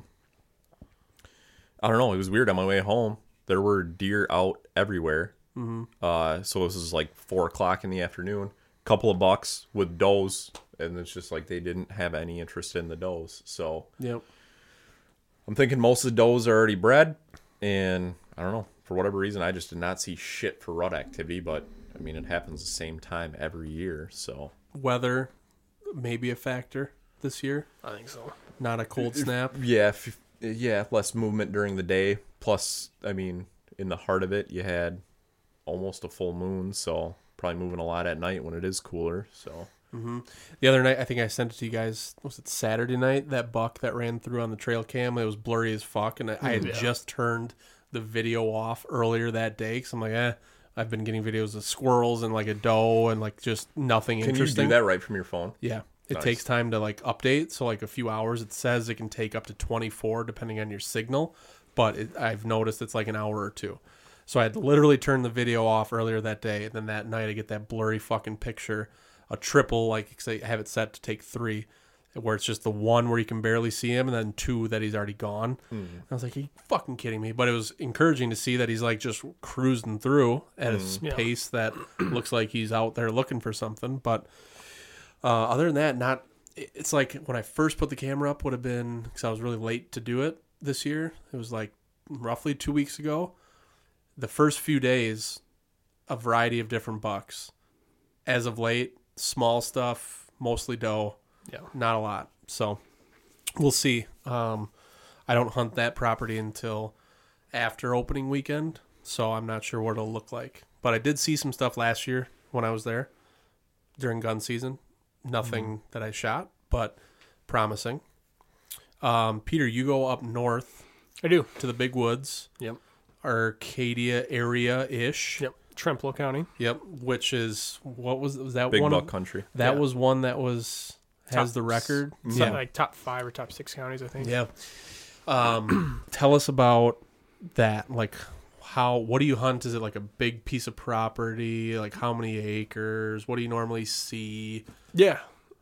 Yeah. I don't know. It was weird on my way home. There were deer out everywhere. Mm-hmm. Uh, so this is like four o'clock in the afternoon. Couple of bucks with does, and it's just like they didn't have any interest in the does. So Yep. I'm thinking most of the does are already bred, and I don't know for whatever reason I just did not see shit for rut activity. But I mean, it happens the same time every year, so Weather may be a factor this year. I think so. Not a cold snap. Yeah, if, yeah, less movement during the day. Plus, I mean, in the heart of it, you had almost a full moon, so probably moving a lot at night when it is cooler. So The other night, I think I sent it to you guys. Was it Saturday night? That buck that ran through on the trail cam. It was blurry as fuck, and I, I had Hmm. just turned the video off earlier that day because I'm like, eh. I've been getting videos of squirrels and like a doe and like just nothing can you interesting. do that right from your phone? Yeah, It Nice. takes time to like update, so like a few hours. It says it can take up to 24 depending on your signal, but it, I've noticed it's like an hour or two. So I had to literally turn the video off earlier that day, and then that night I get that blurry fucking picture, a triple like 'cause I have it set to take three, where it's just the one where you can barely see him, and then two that he's already gone. I was like, Are you fucking kidding me? But it was encouraging to see that he's like just cruising through at a s- Yeah. pace that looks like he's out there looking for something, but. Uh, other than that, not. it- It's like when I first put the camera up would have been because I was really late to do it this year. It was like roughly two weeks ago. The first few days, a variety of different bucks. As of late, small stuff, mostly doe. Yeah. not a lot. So we'll see. Um, I don't hunt that property until after opening weekend, so I'm not sure what it'll look like. But I did see some stuff last year when I was there during gun season. Nothing Mm-hmm. that I shot, but promising. Um, Peter, you go up north I do. to the big woods, Yep. Arcadia area ish. Yep. Trempealeau County. Yep, Which is what was was that Big one? buck of, country. that Yeah. was one that was has Top mm. the record. It's not like top five or top six counties, I think. Yeah. Um, tell us about that. Like, how? What do you hunt? Is it like a big piece of property? Like, how many acres? What do you normally see? Yeah.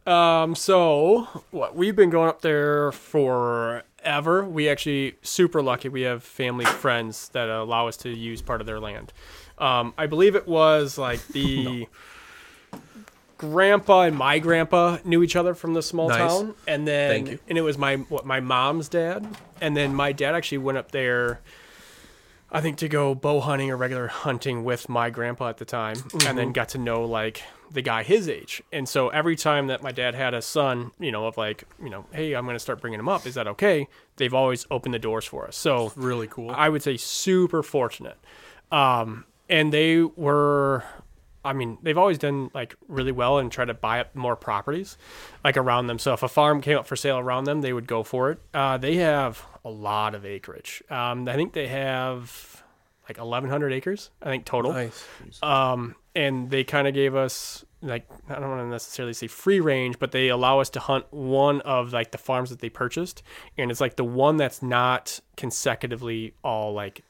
Um, so what we've been going up there forever. We actually super lucky. We have family friends that allow us to use part of their land. Um, I believe it was like the grandpa and my grandpa knew each other from the small Nice. town, and then Thank you. and it was my what my mom's dad, and then my dad actually went up there. I think to go bow hunting or regular hunting with my grandpa at the time, and then got to know like the guy his age. And so every time that my dad had a son, you know, of like, you know, hey, I'm going to start bringing him up. Is that okay? They've always opened the doors for us. So Really cool. I would say super fortunate. Um, and they were, I mean, they've always done like really well and try to buy up more properties like around them. So if a farm came up for sale around them, they would go for it. Uh, they have a lot of acreage. Um, I think they have like 1,100 acres, I think total. nice. Um, and they kind of gave us like I don't want to necessarily say free range, but they allow us to hunt one of like the farms that they purchased, and it's like the one that's not consecutively all like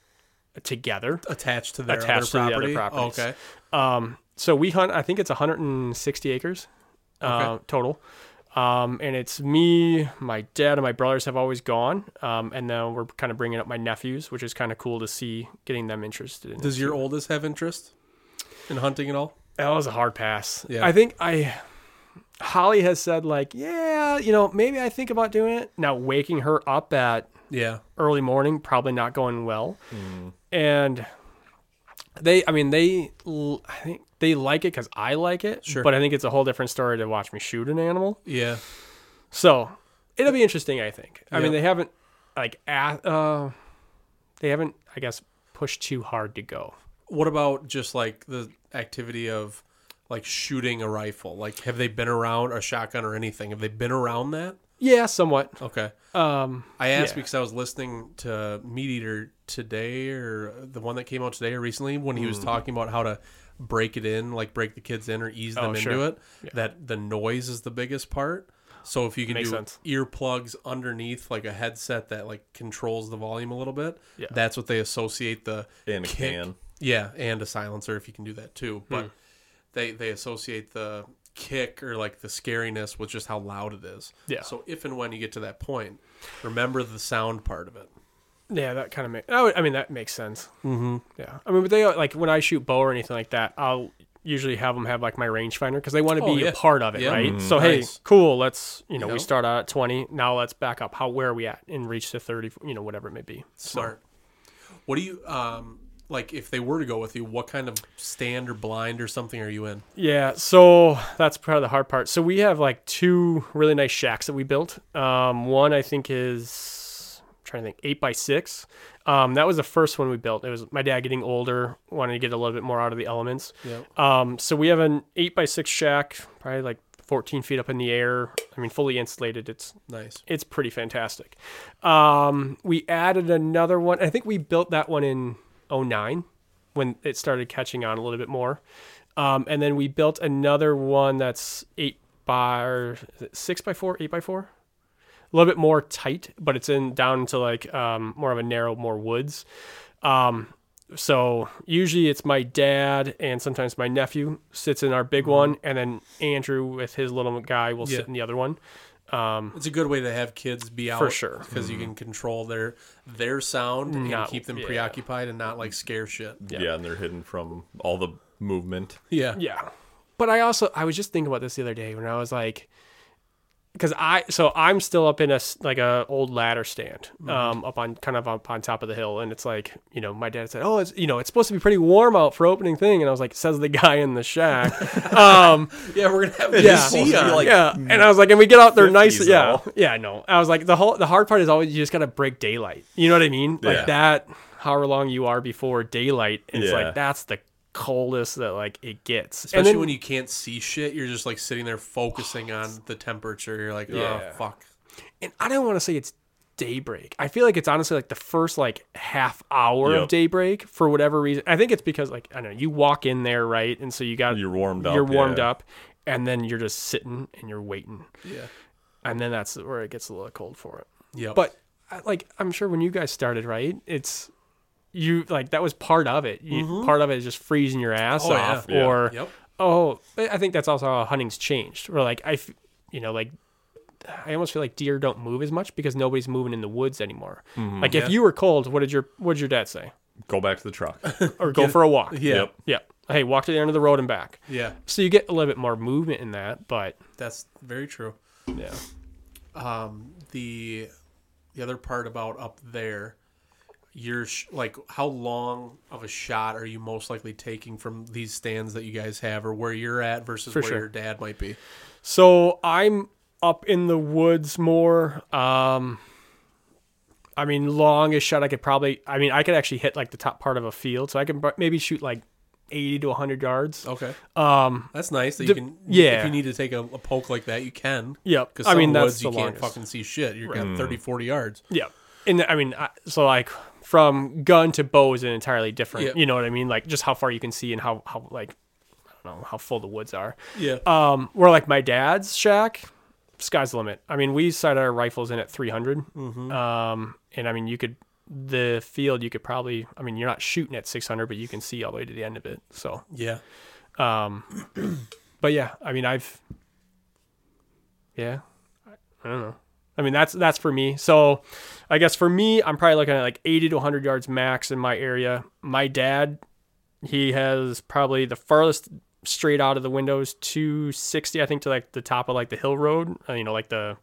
together. Attached to their Attached to the other other property. properties. Okay. Um, so we hunt. I think it's 160 acres uh, total. Um, and it's me, my dad, and my brothers have always gone. Um, and now we're kind of bringing up my nephews, which is kind of cool to see getting them interested in. it. Does your oldest have interest in hunting at all? That was a hard pass. Yeah. I think I Holly has said like, yeah, you know, maybe I think about doing it. Now waking her up at Yeah. early morning probably not going well. Hmm. And they I mean they l- I think they like it cuz I like it, Sure. but I think it's a whole different story to watch me shoot an animal. Yeah. So, it'll be interesting, I think. I mean, Yep. they haven't like a uh they haven't I guess pushed too hard to go. What about just like the activity of like shooting a rifle? Like, have they been around a shotgun or anything? Have they been around that? Yeah, somewhat. Okay. Um I asked Yeah. because I was listening to Meat Eater today, or the one that came out today or recently, when he was Mm. talking about how to break it in, like break the kids in or ease them Oh, into sure. it. That the noise is the biggest part. So if you can Makes do sense. earplugs underneath, like a headset that like controls the volume a little bit, Yeah. that's what they associate the And a kick- can. yeah, and a silencer if you can do that too. Hmm. But they they associate the kick or like the scariness with just how loud it is. Yeah. So if and when you get to that point, remember the sound part of it. Yeah, that kind of makes. I, would- I mean, that makes sense. Mm-hmm. Yeah, I mean, but they like when I shoot bow or anything like that, I'll usually have them have like my rangefinder because they want to be Oh, yeah. a part of it, Yeah. right? Mhm. So hey, Nice. cool. Let's you know Yeah. we start out at twenty. Now let's back up. How where are we at and reach to thirty? You know whatever it may be. Smart. What do you um like if they were to go with you, what kind of stand or blind or something are you in? Yeah, so that's part of the hard part. So we have like two really nice shacks that we built. Um, one I think is I'm trying to think eight by six. Um, that was the first one we built. It was my dad getting older, wanted to get a little bit more out of the elements. Yep. Um, so we have an eight by six shack, probably like 14 feet up in the air. I mean, fully insulated. It's Nice. it's pretty fantastic. Um, we added another one. I think we built that one in 09 when it started catching on a little bit more. Um, and then we built another one that's eight by or is it six by four, eight by four. A little bit more tight, but it's in down into like um, more of a narrow, more woods. Um, so usually it's my dad and sometimes my nephew sits in our big one, and then Andrew with his little guy will Yeah. sit in the other one. It's a good way to have kids be out sure. Mm-hmm. because you can control their their sound and Not- keep them yeah. preoccupied and not like scare shit. Yeah. and they're hidden from all the movement. Yeah, Yeah. But I also I was just thinking about this the other day when I was like cuz I so I'm still up in a s- like a old ladder stand Mm-hmm. um up on kind of up on top of the hill and it's like, you know, my dad said, "Oh, it's you know, it's supposed to be pretty warm out for opening thing." And I was like, "Says the guy in the shack." um yeah, we're gonna have yeah, supposed to be like yeah. And I was like, and we get out there nice. 50s Yeah. though. Yeah, I know. I was like, the whole, the hard part is always you just got to break daylight. You know what I mean? Like Yeah. that, however long you are before daylight. And It's Yeah. like, that's the coldest that like it gets. especially when you can't see shit. You're just like sitting there focusing on the temperature. You're like, oh Yeah. fuck. and I don't want to say it's daybreak. I feel like it's honestly like the first like half hour Yep. of daybreak for whatever reason. I think it's because like I don't know, you walk in there right, and so you got You're warmed up, You're warmed yeah. up, and then you're just sitting and you're waiting, Yeah, and then that's where it gets a little cold for it. yeah. But I- like I'm sure when you guys started, right? It's you like that was part of it. You, Part of it is just freezing your ass Oh, yeah. off, Mm-hmm. Yeah. or Yep. oh, but I think that's also how hunting's changed. Or like I, f- you know, like I almost feel like deer don't move as much because nobody's moving in the woods anymore. Like if you were cold, what did your what did your dad say? Go back to the truck. Or go for a walk. yeah, Yep. yeah. Hey, walk to the end of the road and back. yeah. So you get a little bit more movement in that, but That's very true. Um, yeah, the the other part about up there you're sh- like how long of a shot are you most likely taking from these stands that you guys have or where you're at versus For where sure. your dad might be So I'm up in the woods more. Um, I mean, longest shot I could probably. I mean, I could actually hit like the top part of a field, so I can maybe shoot like eighty to hundred yards. okay Um, that's nice that you The- can if yeah. you need to take a, a poke like that you can Yep. because I some mean, that's woods you the can't longest. Mm. fucking see shit you're got 30 40 yards yeah, and I mean, I, so like from gun to bow is an entirely different. Yeah. You know what I mean? Like just how far you can see and how how like I don't know how full the woods are. yeah Um, where like my dad's shack, sky's the limit. I mean, we sight our rifles in at 300. Um, and I mean, you could, the field, you could probably, I mean, you're not shooting at 600, but you can see all the way to the end of it. So, yeah but yeah, I mean, I've, yeah, I I don't know. I mean, that's, that's for me. So I guess for me, I'm probably looking at like 80 to 100 yards max in my area. My dad, he has probably the farthest straight out of the windows 260 i think to like the top of like the hill road uh, you know like the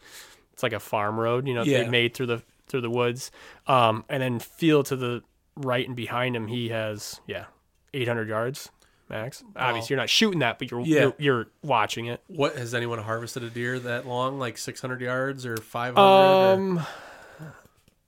it's like a farm road you know Yeah. they made through the through the woods um and then field to the right and behind him he has yeah 800 yards max obviously you're not shooting that but you're, Oh. Yeah. you're you're watching it what has anyone harvested a deer that long like 600 yards or 500 or- Um,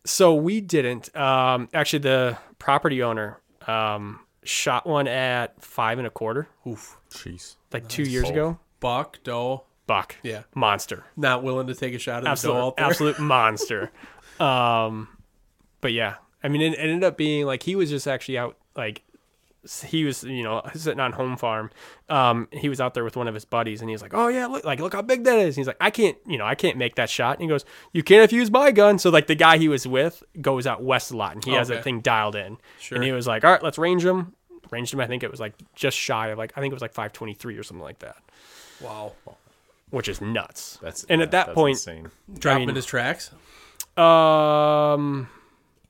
so we didn't. Um, actually, the property owner um shot one at five and a quarter, Oof. Jeez. like two years Oh. ago. buck doe Buck, Yeah. monster, not willing to take a shot at the doe absolute, out there absolute monster. Um, but yeah, I mean, it ended up being like he was just actually out like. He was, you know, sitting on home farm. Um, he was out there with one of his buddies, and he was like, "Oh yeah, look, like look how big that is." And he's like, "I can't, you know, I can't make that shot." And he goes, "You can if you use my gun." So like the guy he was with goes out west a lot, and he has Okay. that thing dialed in. Sure. And he was like, "All right, let's range him." Ranged him. I think it was like just shy of like I think it was like five twenty three or something like that, wow which is nuts. That's and yeah, at that that's point, insane. drop him mean- in his tracks um,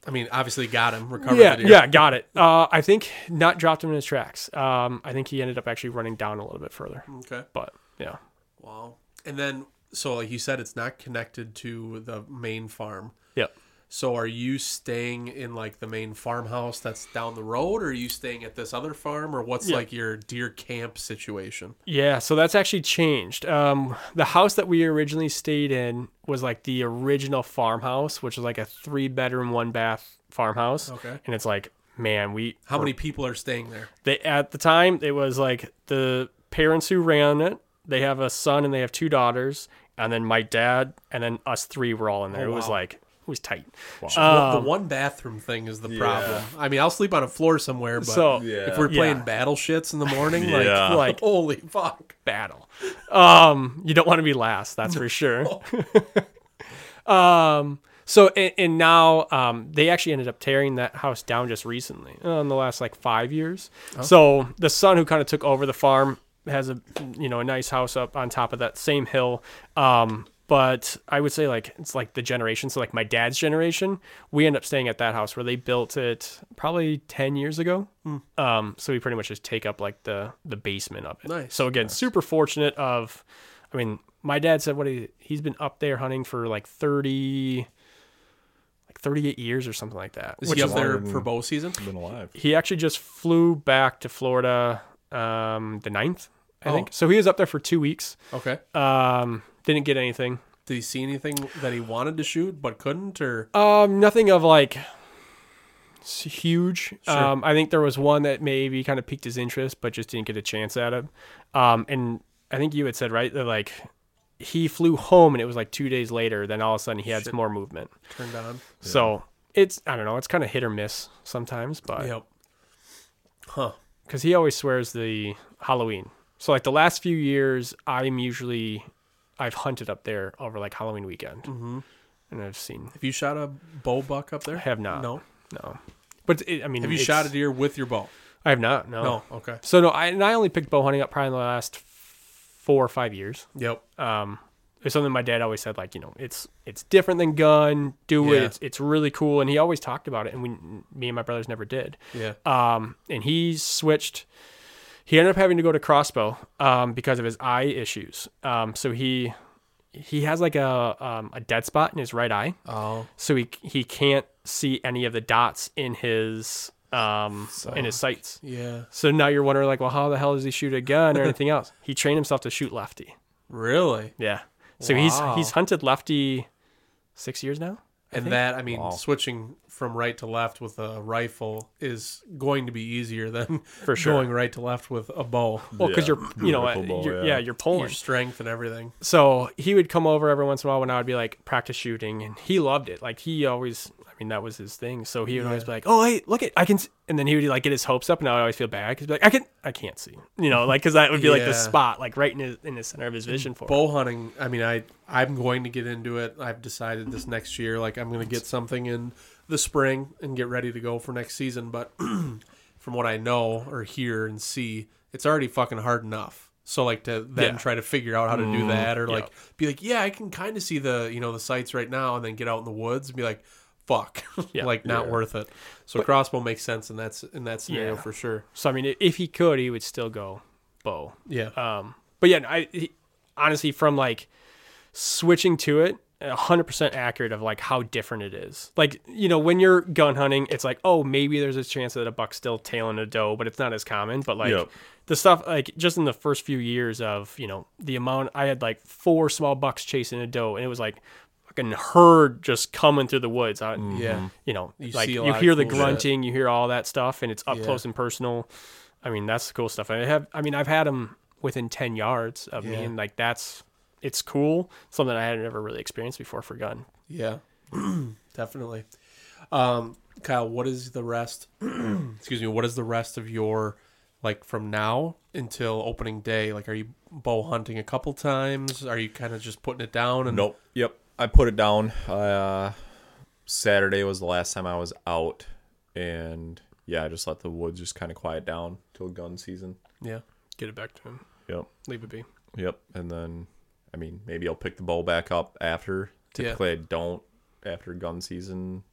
I mean, obviously got him, recovered yeah, the deer. yeah, got it. Uh, I think not dropped him in his tracks. Um, I think he ended up actually running down a little bit further. Okay. But yeah, Wow. And then, so like you said, it's not connected to the main farm. yep. So are you staying in like the main farmhouse that's down the road, or are you staying at this other farm, or what's Yeah. like your deer camp situation? Yeah, so that's actually changed. Um, the house that we originally stayed in was like the original farmhouse, which is like a three bedroom, one bath farmhouse. Okay. And it's like, man, we How many people are staying there? they at the time it was like the parents who ran it. They have a son and they have two daughters, and then my dad, and then us three were all in there. Oh, it was wow. like It was tight. Well, Um, the one bathroom thing is the problem. I mean, I'll sleep on a floor somewhere, but So- if we're Yeah. playing battle shits in the morning, Yeah. like, like holy fuck, battle. Um, you don't want to be last, that's for sure. um, so and, and now um, they actually ended up tearing that house down just recently uh, in the last like five years. So the son who kind of took over the farm has a you know a nice house up on top of that same hill. Um, but I would say like it's like the generation. So like my dad's generation, we end up staying at that house where they built it probably ten years ago. Um, so we pretty much just take up like the the basement of it. Nice. So again, super fortunate of, I mean, my dad said what he he's been up there hunting for like thirty, like thirty eight years or something like that. is which he is up there longer than- for bow season? Been alive. he actually just flew back to Florida um, the 9th, I Oh. think. So he was up there for two weeks. Okay, Um, didn't get anything. did he see anything that he wanted to shoot but couldn't, or Um, nothing of like s- huge. Um, I think there was one that maybe kind of piqued his interest, but just didn't get a chance at it. Um, and I think you had said right that like he flew home and it was like two days later. Then all of a sudden he had more movement. turned on? So it's I don't know. It's kind of hit or miss sometimes, but Yep. Huh. because he always swears the Halloween. So like the last few years, I'm usually I've hunted up there over like Halloween weekend, mm-hmm. and I've seen Have you shot a bow buck up there? I have not. No. no, but it, I mean, Have you it's- Oh. Uh, shot a deer with your bow? I have not. No, No. Okay. So no, I and I only picked bow hunting up probably in the last four or five years. Yep. uh, It's something my dad always said, like you know, it's it's different than gun. Do Yeah. it. It's it's really cool, and he always talked about it. And we, me and my brothers, never did. yeah. um, and he switched. He ended up having to go to crossbow um, because of his eye issues. Um, so he he has like a um, a dead spot in his right eye, oh. so he he can't see any of the dots in his um, in his sights. Yeah. So now you're wondering like, well, how the hell does he shoot a gun or anything else? He trained himself to shoot lefty. Really? Yeah. So Wow. he's he's hunted lefty six years now. And that, I mean, switching from right to left with a rifle is going to be easier than For sure. going right to left with a bow. Well, because Yeah. you're you know Vertical ball, you're, yeah. yeah. you're pulling. Your strength and everything. so he would come over every once in a while when I would be like practice shooting, and he loved it. Like he always, I mean, that was his thing. So he would always be like, "Oh, hey, look at I can," s-" and then he would like get his hopes up, and I would always feel bad because like I can, I can't see, you know, like because that would be like Yeah. the spot, like right in his, in the center of his vision for. him. Bow hunting, I mean, I I'm going to get into it. I've decided this next year, like I'm going to get something in the spring and get ready to go for next season. But from what I know or hear and see, it's already fucking hard enough. So like to then Yeah. Mm, try to figure out how to do that, or like yeah. be like, yeah, I can kind of see the you know the sights right now, and then get out in the woods and be like, fuck, Yeah. like not worth it. So crossbow makes sense, and that's in that scenario Yeah. for sure. So I mean, i- if he could, he would still go bow. Yeah, Um, but yeah, no, I he, honestly from like switching to it, hundred percent accurate of like how different it is. Like you know when you're gun hunting, it's like oh maybe there's a chance that a buck's still tailing a doe, but it's not as common. But like Yep. the stuff like just in the first few years of you know the amount I had like four small bucks chasing a doe, and it was like fucking herd just coming through the woods. I, yeah, you know, You like see a you lot of hear the cool shit. grunting, you hear all that stuff, and it's up Yeah. close and personal. I mean, that's the cool stuff. I have, I mean, I've had them within ten yards of Yeah. me, and like that's it's cool. Something I had never really experienced before for gun. Yeah, definitely. Um, Kyle, what is the rest? excuse me. What is the rest of your like from now until opening day? Like, are you bow hunting a couple times? Are you kind of just putting it down? And Nope. Yep. I put it down. Uh, Saturday was the last time I was out, and yeah, I just let the woods just kind of quiet down till gun season. Yeah. Get it back to him. Yep. Leave it be. Yep. And then, I mean, maybe I'll pick the bow back up after. Yeah. Typically, I don't after gun season.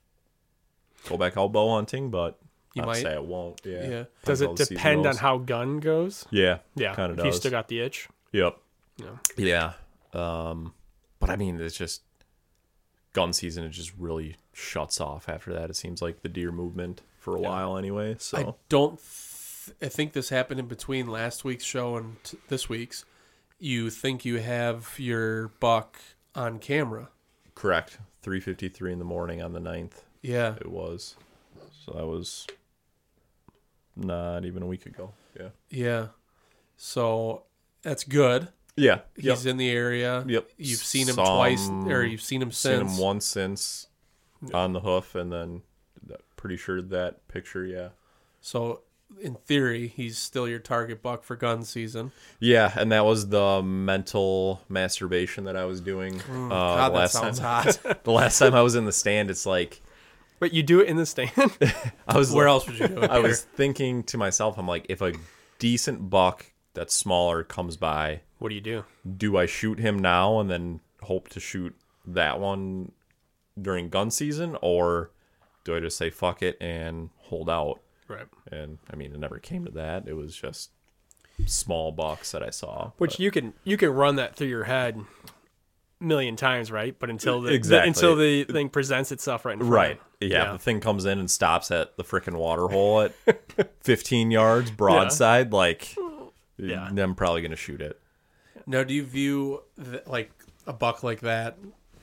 Go back out bow hunting, but You I'd might. say I won't. Yeah. Yeah. Does it Depends how the depend season on goes. how gun goes? Yeah. Yeah, Kind of if does. you still got the itch. Yep. Yeah. Yeah. Um, but I mean, it's just gun season. It just really shuts off after that. It seems like the deer movement for a while anyway. So I don't. Th- I think this happened in between last week's show and t- this week's. You think you have your buck on camera? correct. Three fifty three in the morning on the 9th Yeah. It was. So that was not even a week ago. Yeah. Yeah. So that's good. Yeah. He's in the area. Yep. You've seen him Saw twice, him- or you've seen him Seen since. him once since on the hoof, and then that- pretty sure that picture, yeah, So in theory, he's still your target buck for gun season. yeah, and that was the mental masturbation that I was doing uh, Mm, God, that last sounds time. hot. The last time I was in the stand, it's like But you do it in the stand. I was Where like- else would you do it? I was thinking to myself, I'm like, if a decent buck that's smaller comes by, what do you do? do I shoot him now and then hope to shoot that one during gun season, or do I just say fuck it and hold out? Right. And I mean, it never came to that. It was just small bucks that I saw. Which you can you can run that through your head a million times, right? But until the Exactly. until the thing presents itself right in front. of Right. you. Yeah, If the thing comes in and stops at the freaking water hole at 15 yards broadside, like, Yeah. then I'm probably going to shoot it. Now, do you view th- like a buck like that,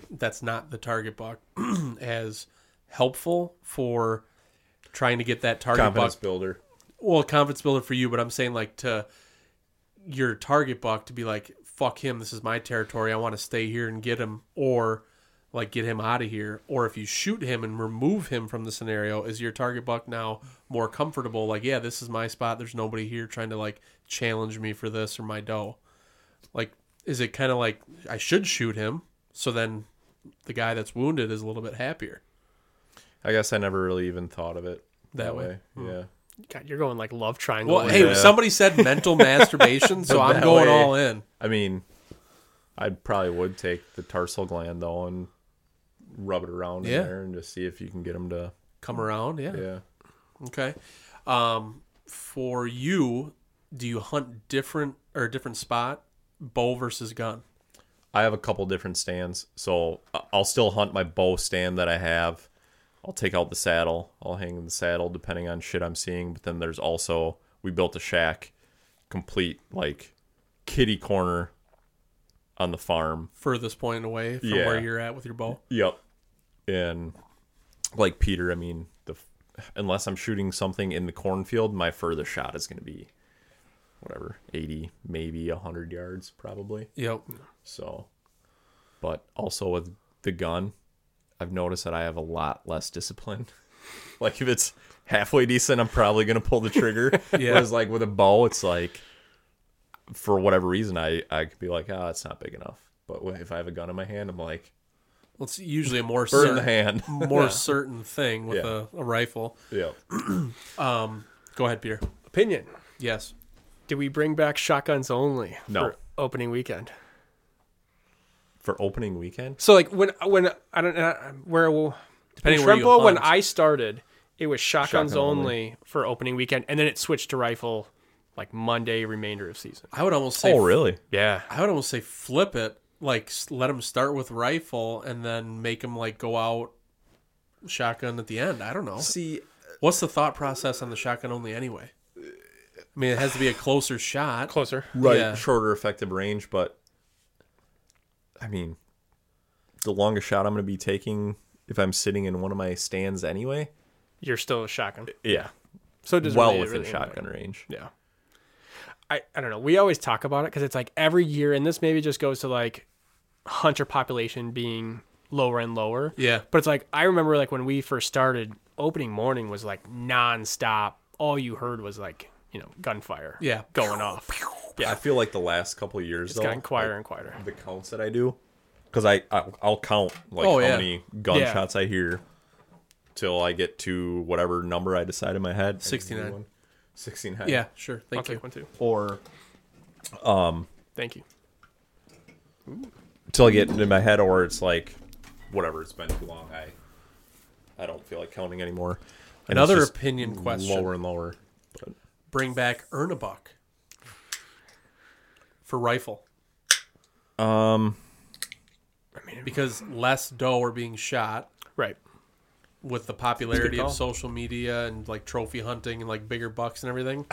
that's not the target buck, as helpful for trying to get that target Confidence buck? builder. Well, confidence builder for you, but I'm saying like to your target buck to be like, fuck him, this is my territory. I want to stay here and get him, or like get him out of here. Or if you shoot him and remove him from the scenario, is your target buck now more comfortable? Like, yeah, this is my spot. There's nobody here trying to like challenge me for this or my doe like is it kind of like i should shoot him so then the guy that's wounded is a little bit happier I guess I never really even thought of it that, That way. way. Yeah. God, you're going like love triangle. well with hey it. somebody said mental masturbation so i'm That going way- all in I mean, I probably would take the tarsal gland though and rub it around Yeah. in there and just see if you can get them to. come around yeah, Mm. Yeah. okay um for you do you hunt different or a different spot bow versus gun I have a couple different stands, so I- I'll still hunt my bow stand that I have. I'll take out the saddle. I'll hang the saddle depending on shit I'm seeing. But then there's also we built a shack, complete like kitty corner on the farm furthest point away from Yeah. where you're at with your bow Yep. And like Peter, I mean, the unless I'm shooting something in the cornfield, my furthest shot is going to be whatever, 80, maybe 100 yards probably. yep So, but also with the gun, I've noticed that I have a lot less discipline. like if it's halfway decent, I'm probably going to pull the trigger. Yeah. Whereas like with a bow, it's like for whatever reason, I I could be like, ah, it's not big enough. But if I have a gun in my hand, I'm like, well, it's usually a more burn certain, the hand. more certain thing with Yeah. a, a rifle yeah. go ahead peter opinion. yes Do we bring back shotguns only No. for opening weekend? for opening weekend. So like when when I don't know where will Depending in where you Trempealeau, when hunt. I started, it was shotguns Shotgun only, only. for opening weekend, and then it switched to rifle like Monday remainder of season. i would almost say Oh, really? Yeah, I would almost say flip it. Like s- let them start with rifle and then make them like go out shotgun at the end. I don't know. See, What's the thought process on the shotgun only anyway? I mean, it has to be a closer shot. closer. right, Yeah. shorter effective range, but I mean, the longest shot I'm going to be taking if I'm sitting in one of my stands anyway. You're still a shotgun, Yeah, so it doesn't well really- within really shotgun range. Yeah. I, I don't know. We always talk about it because it's like every year, and this maybe just goes to like hunter population being lower and lower. Yeah. But it's like, I remember like when we first started, opening morning was like nonstop. All you heard was like, you know, gunfire. Yeah. Going off. I feel like the last couple of years, It's though, gotten quieter and quieter. like, the counts that I do, because I I'll, I'll count like Oh, how yeah. many gunshots I hear till I get to whatever number I decide in my head. 69. Sixty nine. Yeah, sure. I'll Thank take you. one too. Or Thank you. till I get it in my head, or it's like, whatever. It's been too long. I, I don't feel like counting anymore. And it's Another just opinion question. Lower and lower. Bring back earn a buck for rifle. Um, because less doe are being shot. Right. with the popularity call. of social media and like trophy hunting and like bigger bucks and everything,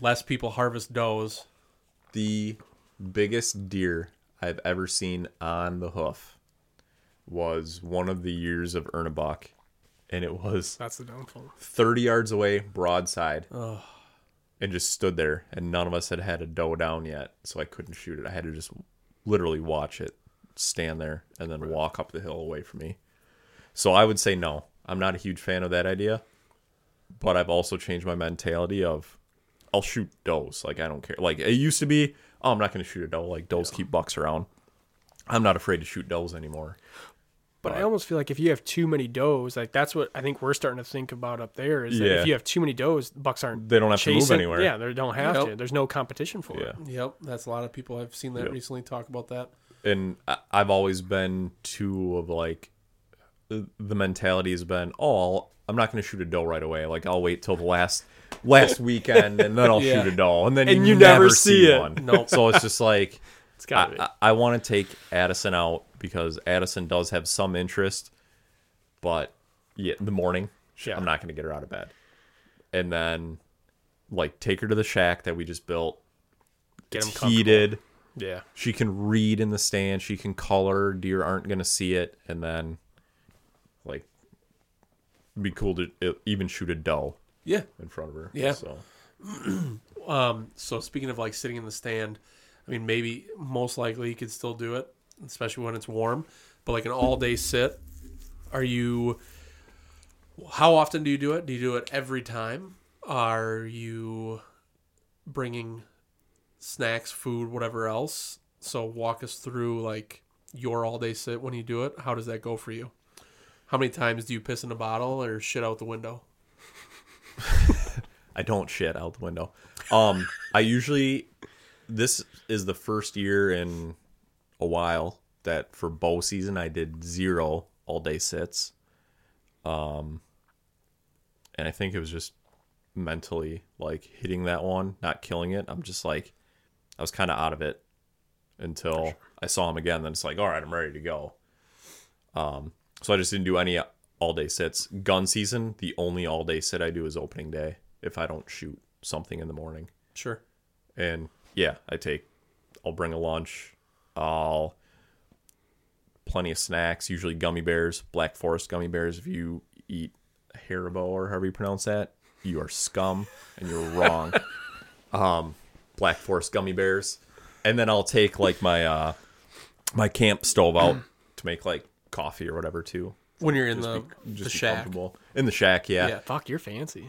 less people harvest does. The biggest deer I've ever seen on the hoof was one of the years of Ernebach, and it was That's the downfall. 30 yards away, broadside. And just stood there, and none of us had had a doe down yet, so I couldn't shoot it. I had to just literally watch it stand there and then walk up the hill away from me. So I would say no. I'm not a huge fan of that idea. But I've also changed my mentality of I'll shoot does. Like I don't care. Like it used to be, oh, I'm not going to shoot a doe. Like does keep bucks around. I'm not afraid to shoot does anymore. But I almost feel like if you have too many does, like that's what I think we're starting to think about up there. Is that Yeah. if you have too many does, bucks aren't. They don't have to move chasing- anywhere. Yeah, they don't have Yep. to. There's no competition for Yeah. it. Yep, that's a lot of people I've seen that Yep. recently talk about that. and I- I've always been too of like the the mentality has been, oh, I'm not going to shoot a doe right away. Like I'll wait till the last last weekend and then I'll Yeah. shoot a doe, and then And you, never, see it. one. Nope. So it's just like It's I, got to be. I, want to take Addison out because Addison does have some interest, but yeah, the morning, sh- Yeah. I'm not going to get her out of bed. And then, like, take her to the shack that we just built. Get them It's heated. Yeah. She can read in the stand. She can color. Deer aren't going to see it. And then, like, it'd be cool to uh, even shoot a doe Yeah. in front of her. Yeah. So, So speaking of like sitting in the stand, I mean maybe most likely you could still do it, especially when it's warm. But like an all day sit, are you? How often do you do it? Do you do it every time? Are you bringing snacks, food, whatever else? So walk us through like your all day sit when you do it. How does that go for you? How many times do you piss in a bottle or shit out the window? I don't shit out the window. Um, I usually this is the first year in a while that for bow season I did zero all day sits. Um, and I think it was just mentally like hitting that one, not killing it. I'm just like, I was kind of out of it until I saw him again. Then it's like, all right, I'm ready to go. Um, so I just didn't do any all day sits. Gun season, the only all day sit I do is opening day if I don't shoot something in the morning. Sure. And yeah, I take, I'll bring a lunch, I'll plenty of snacks, usually gummy bears, black forest gummy bears. If you eat Haribo or however you pronounce that, you are scum and you're wrong. um, black forest gummy bears, and then I'll take like my uh, my camp stove out to make like coffee or whatever too. When you're in the, Be- the be shack. comfortable. in the shack, yeah, Yeah. yeah. Fuck, you're fancy.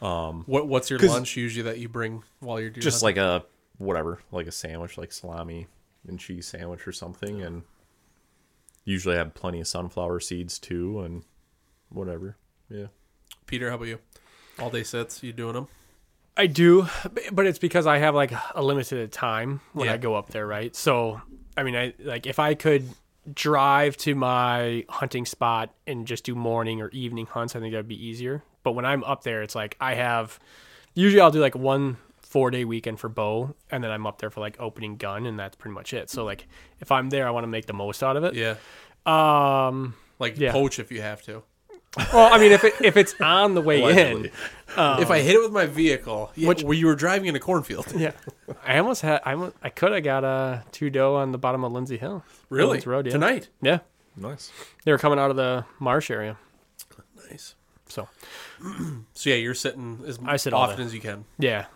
What what's your 'Cause- lunch usually that you bring while you're doing just like a whatever, like a sandwich, like salami and cheese sandwich or something, and usually have plenty of sunflower seeds too, and whatever. Yeah, Peter? How about you? All day sits, you doing them? I do, b- but it's because I have like a limited time when Yeah. I go up there, right? So, I mean, I like if I could drive to my hunting spot and just do morning or evening hunts, I think that'd be easier. But when I'm up there, it's like I have usually I'll do like one four day weekend for bow, and then I'm up there for like opening gun, and that's pretty much it. So, like if I'm there, I want to make the most out of it. Yeah, Um, like Yeah. poach if you have to. well, I mean, if it, if it's on the way in, Allegedly. if I hit it with my vehicle, yeah, Um, Which- well, you were driving in a cornfield. Yeah, I almost had. I almost, I could have got a two doe on the bottom of Lindsay Hill. really? Lindsay Road, yeah. Tonight? Yeah, nice. they were coming out of the marsh area. Nice. So So yeah, you're sitting as I sit all often day. as you can. yeah,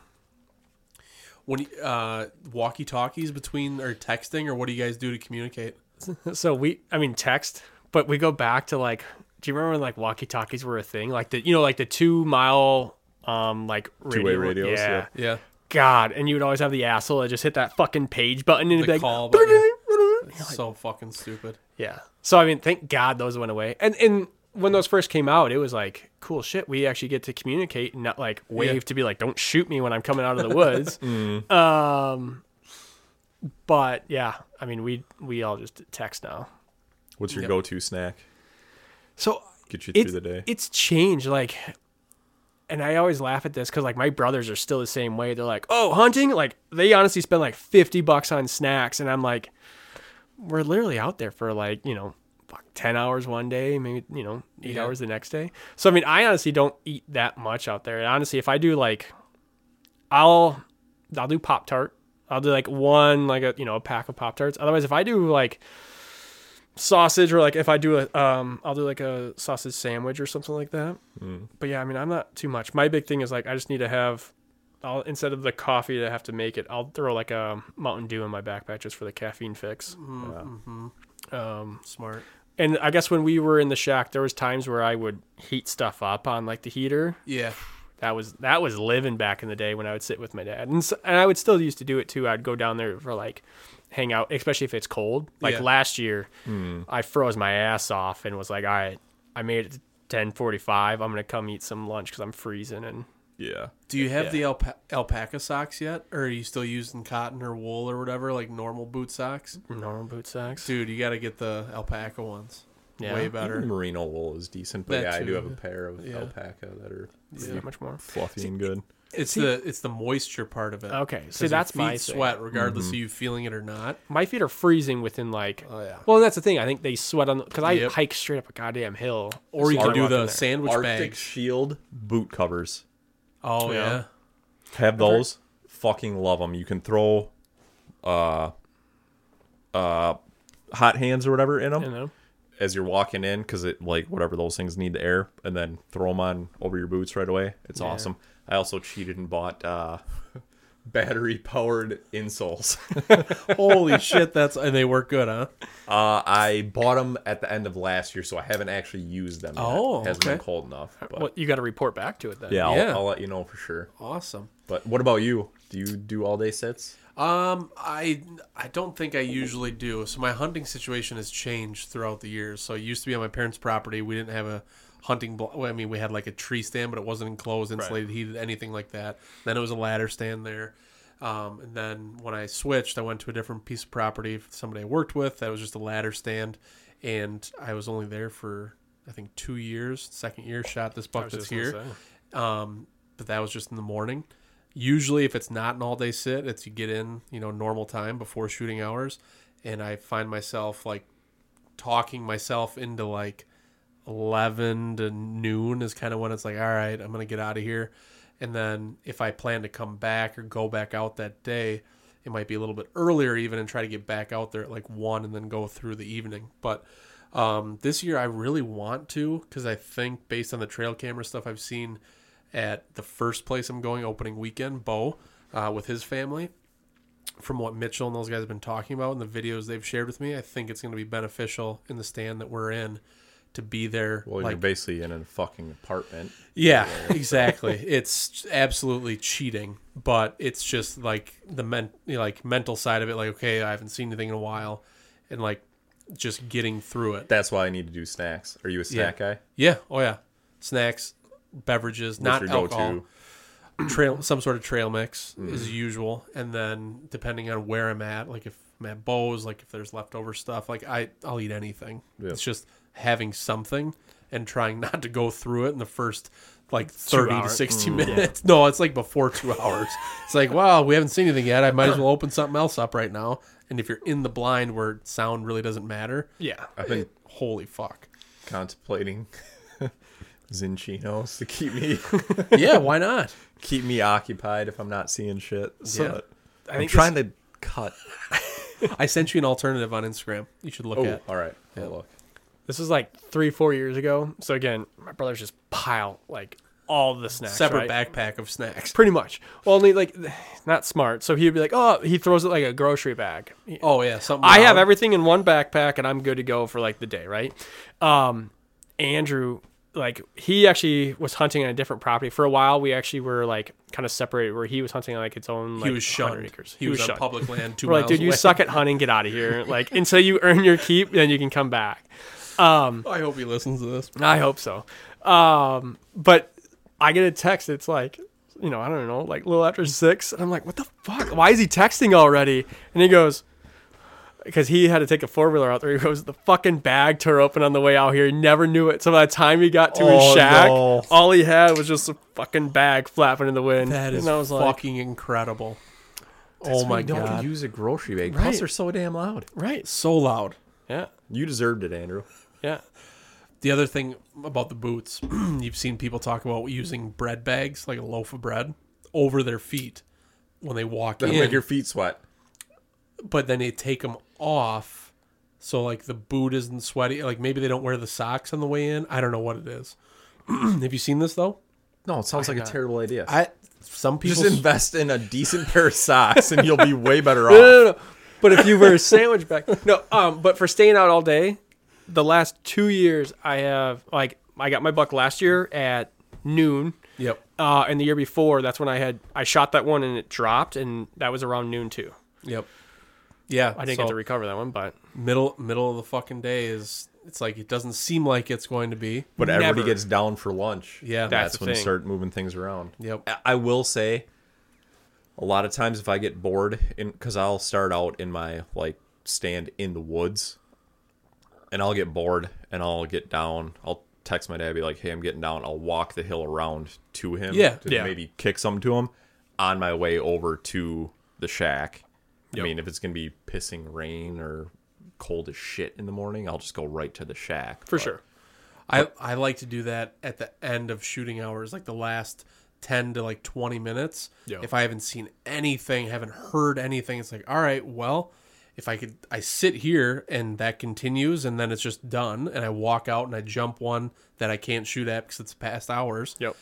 When you- uh, walkie talkies between or texting or what do you guys do to communicate? so we. I mean, text, but we go back to like. Do you remember when like walkie talkies were a thing? Like the you know like the two mile um like Two-way radios, yeah. Yeah, God, and you would always have the asshole that just hit that fucking page button and it'd The be like, call button. It's so fucking stupid. Yeah. So I mean, thank God those went away. And and when those first came out, it was like cool shit. We actually get to communicate and not like wave Yeah. to be like, don't shoot me when I'm coming out of the woods. Um, but yeah, I mean, we we all just text now. What's your go-to snack? So Get you through it's the day. it's changed like. And I always laugh at this because like my brothers are still the same way. They're like, "Oh, hunting!" Like they honestly spend like fifty bucks on snacks, and I'm like, "We're literally out there for like you know, fuck, ten hours one day, maybe you know, eight Yeah. hours the next day." So I mean, I honestly don't eat that much out there. And honestly, if I do like, I'll I'll do Pop Tart. I'll do like one like a you know a pack of Pop Tarts. Otherwise, if I do like sausage or like if I do a um I'll do like a sausage sandwich or something like that. But yeah, I mean I'm not too much. My big thing is like I just need to have I'll instead of the coffee to have to make it, I'll throw like a Mountain Dew in my backpack just for the caffeine fix. Smart. And I guess when we were in the shack, there was times where I would heat stuff up on like the heater. Yeah. That was that was living back in the day when I would sit with my dad, and s and I would still used to do it too. I'd go down there for like hang out, especially if it's cold. Like Yeah. Hmm. last year, I froze my ass off and was like, "All right, I made it to ten forty-five. I'm gonna come eat some lunch because I'm freezing." And Yeah. Do you have the alpa- alpaca socks yet, or are you still using cotton or wool or whatever, like normal boot socks? normal boot socks. Dude, you got to get the alpaca ones. Yeah. Way better. Even merino wool is decent, That but yeah, I too, do have a yeah. pair of Yeah. alpaca that are It's Not much more. fluffy and good. It's the it's the moisture part of it. Okay, see, 'Cause your that's feet my thing. sweat, regardless of you feeling it or not. My feet are freezing within like. Oh, yeah. Well, that's the thing. I think they sweat on because I Yep. hike straight up a goddamn hill. Or you Start can do walking the there. sandwich Arctic bags. Shield boot covers. Oh yeah. Yeah. Have those. Fucking love them. You can throw, uh, uh, hot hands or whatever in them You know. as you're walking in because it like whatever those things need the air, and then throw them on over your boots right away. It's awesome. I also cheated and bought uh, battery powered insoles. Holy shit, that's and they work good, huh? Uh, I bought them at the end of last year, so I haven't actually used them. Yet. Oh, it hasn't been okay. cold enough. But Well, you got to report back to it then. yeah, I'll, Yeah. I'll let you know for sure. Awesome. But what about you? Do you do all day sits? Um, I I don't think I usually do. So my hunting situation has changed throughout the years. So it used to be on my parents' property. We didn't have a hunting. Blo- well, I mean, we had like a tree stand, but it wasn't enclosed, insulated, heated, anything like that. Then it was a ladder stand there. Um, and then when I switched, I went to a different piece of property. Somebody I worked with that was just a ladder stand, and I was only there for I think two years. Second year, shot this buck that's just gonna here. say. Um, but that was just in the morning. Usually, if it's not an all day sit, it's you get in, you know, normal time before shooting hours. And I find myself like talking myself into like 11 to noon is kind of when it's like, all right, I'm going to get out of here. And then if I plan to come back or go back out that day, it might be a little bit earlier even and try to get back out there at like one and then go through the evening. But um, this year, I really want to because I think based on the trail camera stuff I've seen at the first place I'm going opening weekend, Bo, uh, with his family, from what Mitchell and those guys have been talking about and the videos they've shared with me, I think it's going to be beneficial in the stand that we're in to be there. Well, like, you're basically in a fucking apartment. yeah, exactly. It's absolutely cheating, but it's just like the men- you know, like mental side of it. Like, okay, I haven't seen anything in a while, and like just getting through it. That's why I need to do snacks. Are you a snack guy? Yeah. Oh yeah. Snacks, beverages, not your go-to? alcohol. Trail, some sort of trail mix Mm-hmm. is usual, and then depending on where I'm at, like if I'm at Bo's, like if there's leftover stuff, like I I'll eat anything. Yeah. It's just having something and trying not to go through it in the first like thirty to hours. sixty Mm. minutes. No, it's like before two hours. it's like wow, we haven't seen anything yet. I might as well open something else up right now. And if you're in the blind where sound really doesn't matter, Yeah. I've been holy fuck. contemplating Zinchinos to keep me yeah, why not? keep me occupied if I'm not seeing shit. So Yeah. I think am trying to cut. I sent you an alternative on Instagram. You should look Oh, at. all right. I'll look. This is like three, four years ago. So again, my brothers just pile like all the snacks. Separate right? backpack of snacks. Pretty much. Well, only like not smart. So he'd be like, oh, he throws it like a grocery bag. Oh yeah, something. I loud. have everything in one backpack and I'm good to go for like the day, right? Um, Andrew, like he actually was hunting on a different property for a while. We actually were like kind of separated, where he was hunting on like its own. Like, He 100 was shunned. Acres. He, was, on shunned. public land. 2 We're like, miles dude, you away." suck at hunting. Get out of here. Like until you earn your keep, then you can come back. Um, I hope he listens to this. I hope so. Um, but I get a text. It's like, you know, I don't know, like little after six, and I'm like, what the fuck? Why is he texting already? And he goes, because he had to take a four wheeler out there. He goes, the fucking bag tore open on the way out here. He never knew it. So by the time he got to his Oh, shack, no. all he had was just a fucking bag flapping in the wind. That is and I was like, fucking incredible. Oh my don't god, use a grocery bag. Right. Plus, they're so damn loud. right, so loud. yeah, You deserved it, Andrew. yeah. The other thing about the boots, you've seen people talk about using bread bags, like a loaf of bread, over their feet when they walk That'll in. make your feet sweat. but then they take them off so like the boot isn't sweaty like maybe they don't wear the socks on the way in i don't know what it is have you seen this though No, it sounds like a terrible idea. i some people Just invest in a decent pair of socks and you'll be way better No, off. no, no. But if you were a sandwich bag, no. Um, but for staying out all day, the last two years, I have like I got my buck last year at noon. Yep. Uh, and the year before, that's when I had I shot that one and it dropped, and that was around noon too. Yep. Yeah. I didn't get to recover that one, but middle middle of the fucking day is it's like it doesn't seem like it's going to be. But everybody Never. gets down for lunch. Yeah. that's, That's the when you thing. start moving things around. Yep. I- I will say, a lot of times if I get bored, in because I'll start out in my like stand in the woods, and I'll get bored and I'll get down. I'll text my dad, be like, "Hey, I'm getting down." I'll walk the hill around to him, Yeah, to yeah. maybe kick some to him on my way over to the shack. I mean, if it's gonna be pissing rain or cold as shit in the morning, I'll just go right to the shack for But sure. I I like to do that at the end of shooting hours, like the last ten to like twenty minutes. Yeah. If I haven't seen anything, haven't heard anything, it's like, all right, well, if I could, I sit here and that continues, and then it's just done, and I walk out and I jump one that I can't shoot at because it's past hours. Yep.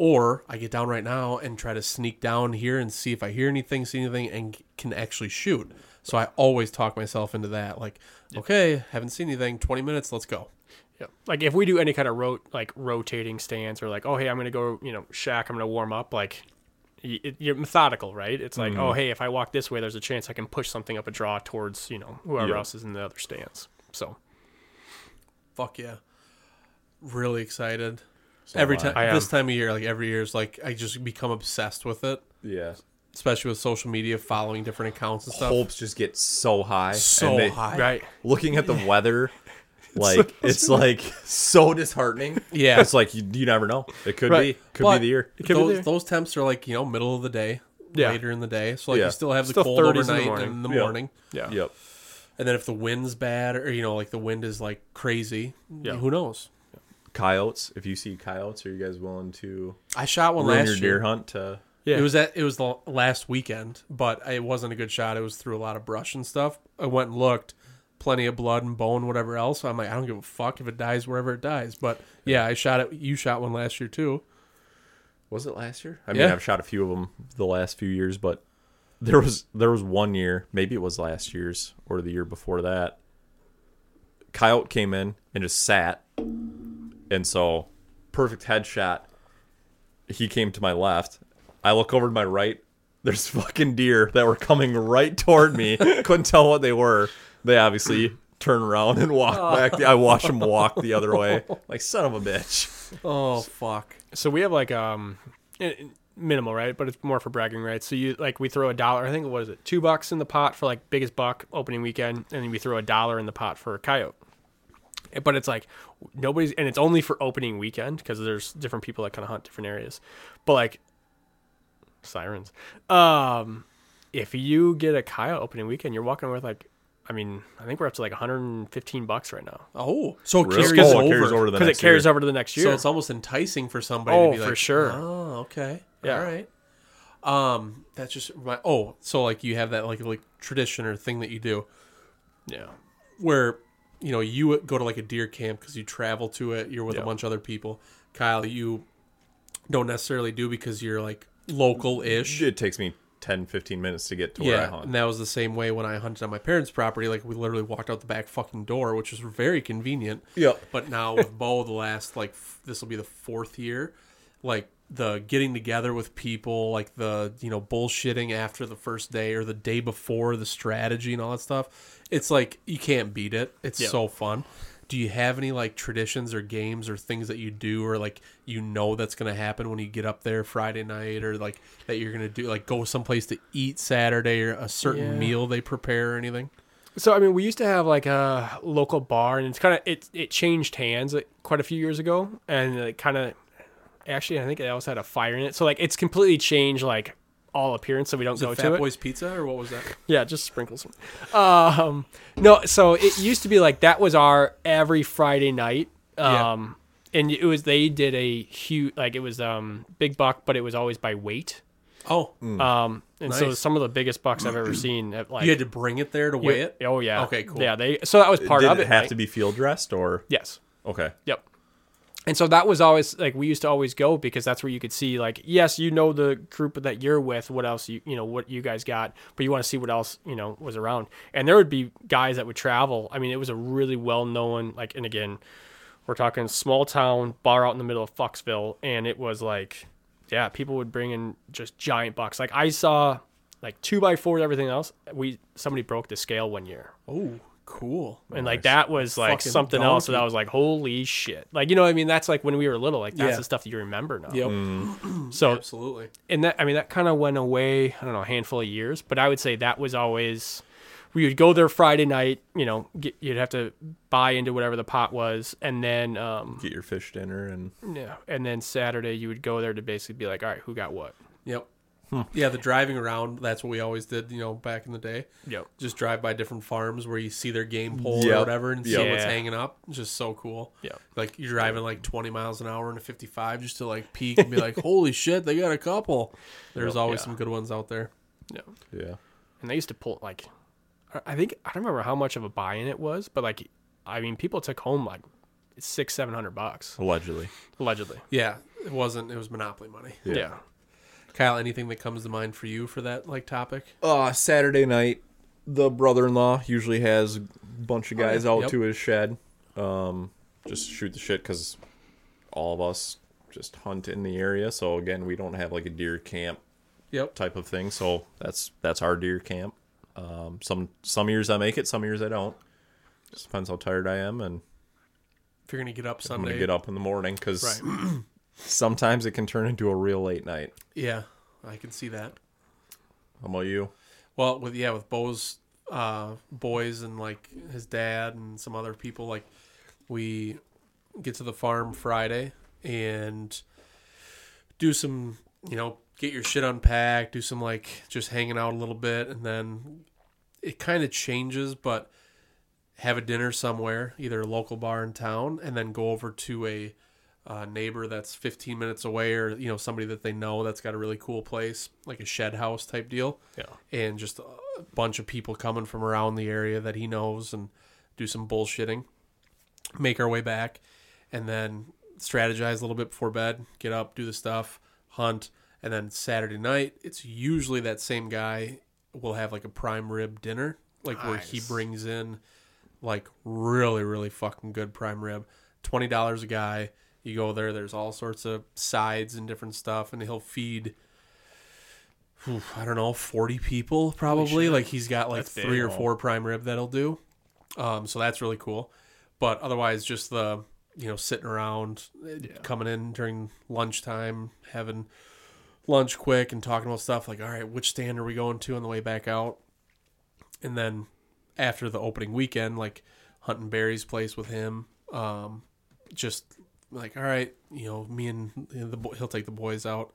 Or I get down right now and try to sneak down here and see if I hear anything, see anything, and c- can actually shoot. So I always talk myself into that. Like, okay, haven't seen anything. Twenty minutes. Let's go. Yep. Like if we do any kind of ro- like rotating stance or like, oh hey, I'm gonna go, you know, shack, I'm gonna warm up. Like y- it, you're methodical, right? It's like, oh hey, if I walk this way, there's a chance I can push something up a draw towards you know whoever Yeah. else is in the other stance. So Fuck yeah. Really excited. every am I. time I am. this time of year, like every year is like I just become obsessed with it. Yeah, Especially with social media, following different accounts and stuff. hopes just get so high, so and they- high. right, looking at the weather like it's like so disheartening Yeah. it's like you, you never know it could Right. be could But be the year could be those, there. those temps are like, you know, middle of the day, Yeah. later in the day. So like Yeah. you still have the Still cold 30s in the overnight and morning. in the Yeah. morning. yeah, yep And then if the wind's bad or you know, like the wind is like crazy, Yeah. who knows? coyotes if you see coyotes are you guys willing to I shot one ruin last your year. deer hunt to Yeah. It was at it was the last weekend, but it wasn't a good shot. It was through a lot of brush and stuff. I went and looked, plenty of blood and bone, whatever else. I'm like, I don't give a fuck if it dies wherever it dies. But yeah, I shot it. You shot one last year too. was it last year i mean Yeah. i've shot a few of them the last few years but there was there was one year maybe it was last year's or the year before that coyote came in and just sat and so perfect headshot he came to my left i look over to my right there's fucking deer that were coming right toward me couldn't tell what they were they obviously turn around and walk back the, i watched them walk the other way like son of a bitch Oh fuck. So we have like um i- i- minimal, right? But it's more for bragging rights. So you like we throw a dollar. I think what is it? Two bucks in the pot for like biggest buck opening weekend, and then we throw a dollar in the pot for a coyote. Eh, But it's like nobody's, and it's only for opening weekend because there's different people that kind of hunt different areas. But like sirens, um, if you get a coyote opening weekend, you're walking with like, I mean, I think we're up to like 115 bucks right now Oh, so it Really? carries Oh, over. it carries over to the because it next carries year. over to the next year. So it's almost enticing for somebody. Oh, to be for like, sure. Oh, okay. Yeah. All right. Um, that's just my. Oh, so like you have that like like tradition or thing that you do. yeah, where you know you go to like a deer camp because you travel to it you're with a Yeah. bunch of other people kyle you don't necessarily do because you're like local-ish it takes me 10 15 minutes to get to where i yeah hunt and that was the same way when i hunted on my parents property like we literally walked out the back fucking door which was very convenient Yeah. but now with bo the last like f- this will be the fourth year like the getting together with people like the you know bullshitting after the first day or the day before the strategy and all that stuff it's like you can't beat it it's so fun do you have any like traditions or games or things that you do or like you know that's going to happen when you get up there friday night or like that you're going to do like go someplace to eat saturday or a certain meal they prepare or anything So I mean, we used to have like a local bar, and it's kind of it it changed hands like, quite a few years ago, and it kind of actually I think it also had a fire in it. So like it's completely changed like all appearance, so we don't the go fat to it. boys pizza or what was that Yeah, just sprinkles. Um, no, so it used to be like that was our every Friday night. Yeah. Um, and it was they did a huge like it was um big buck, but it was always by weight. oh Um, and so Nice. some of the biggest bucks I've ever seen at like you had to bring it there to weigh it Oh yeah. okay cool Yeah, they so that was part Did of it have like- to be field dressed or Yes. okay? Yep. And so that was always like we used to always go because that's where you could see like yes you know the group that you're with what else you you know what you guys got but you want to see what else you know was around and there would be guys that would travel I mean it was a really well known like and again we're talking small town bar out in the middle of Foxville and it was like yeah people would bring in just giant bucks like I saw like two by fours everything else we somebody broke the scale one year Oh, cool. and like that was like Fucking something else that I donkey. was like, holy shit. Like, you know what I mean? That's like when we were little, like that's Yeah. the stuff that you remember now. Yep. So, Absolutely. and that, I mean, that kind of went away, I don't know, a handful of years, but I would say that was always, we would go there Friday night, you know, get, you'd have to buy into whatever the pot was. And then, um, Get your fish dinner and yeah. And then Saturday you would go there to basically be like, all right, who got what? Yep. Yeah, the driving around, that's what we always did, you know, back in the day. Yep. Just drive by different farms where you see their game pole Yep. or whatever and see Yep. what's Yeah. hanging up. It's just so cool. Yep. Like you're driving like 20 miles an hour into 55 just to like peek and be like, holy shit, they got a couple. There's always yeah. some good ones out there. Yeah. yeah. and they used to pull like I- I think I don't remember how much of a buy-in it was, but like I mean, people took home like six, seven hundred bucks Allegedly. allegedly. Yeah, it wasn't, it was Monopoly money. Yeah. Kyle, anything that comes to mind for you for that like topic? uh, Saturday night, the brother-in-law usually has a bunch of guys Oh, yeah. out Yep. to his shed, um, just shoot the shit because all of us just hunt in the area. So again, we don't have like a deer camp Yep. type of thing. So that's that's our deer camp. Um, some some years I make it, some years I don't. Just depends how tired I am, and If you're going to get up I'm Sunday. gonna get up in the morning because sometimes it can turn into a real late night. Yeah, I can see that. How about you? Well, with yeah, with Bo's uh, boys and like his dad and some other people, like we get to the farm Friday and do some, you know, get your shit unpacked, do some like just hanging out a little bit, and then it kind of changes, but have a dinner somewhere, either a local bar in town, and then go over to a uh, neighbor that's 15 minutes away or you know somebody that they know that's got a really cool place like a shed house type deal Yeah. and just a bunch of people coming from around the area that he knows and do some bullshitting make our way back and then strategize a little bit before bed get up do the stuff hunt and then saturday night it's usually that same guy will have like a prime rib dinner like where he brings in like really really fucking good prime rib $20 a guy you go there there's all sorts of sides and different stuff and he'll feed whew, i don't know 40 people probably like he's got like big. three or four prime rib that'll do um, so that's really cool but otherwise just the you know sitting around eh, coming in during lunchtime having lunch quick and talking about stuff like all right which stand are we going to on the way back out and then after the opening weekend like hunting barry's place with him um, just like all right you know me and you know, the boy he'll take the boys out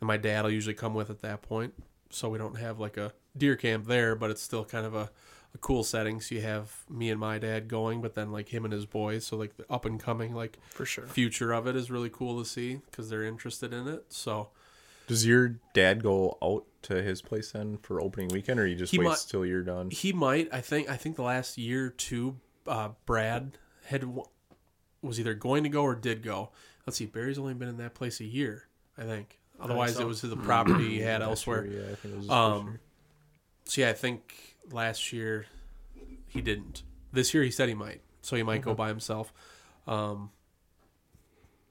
and my dad will usually come with at that point so we don't have like a deer camp there but it's still kind of a, a cool setting so you have me and my dad going but then like him and his boys so like the up and coming like for sure. future of it is really cool to see because they're interested in it so Does your dad go out to his place then for opening weekend, or you just He waits might- till you're done? He might. I think. I think the last year or two, uh, Brad had w- was either going to go or did go. Let's see. Barry's only been in that place a year, I think. Otherwise, it was the property he had elsewhere. Yeah, I think it was Um, so yeah, I think last year he didn't. This year he said he might, so he might go by himself. Um,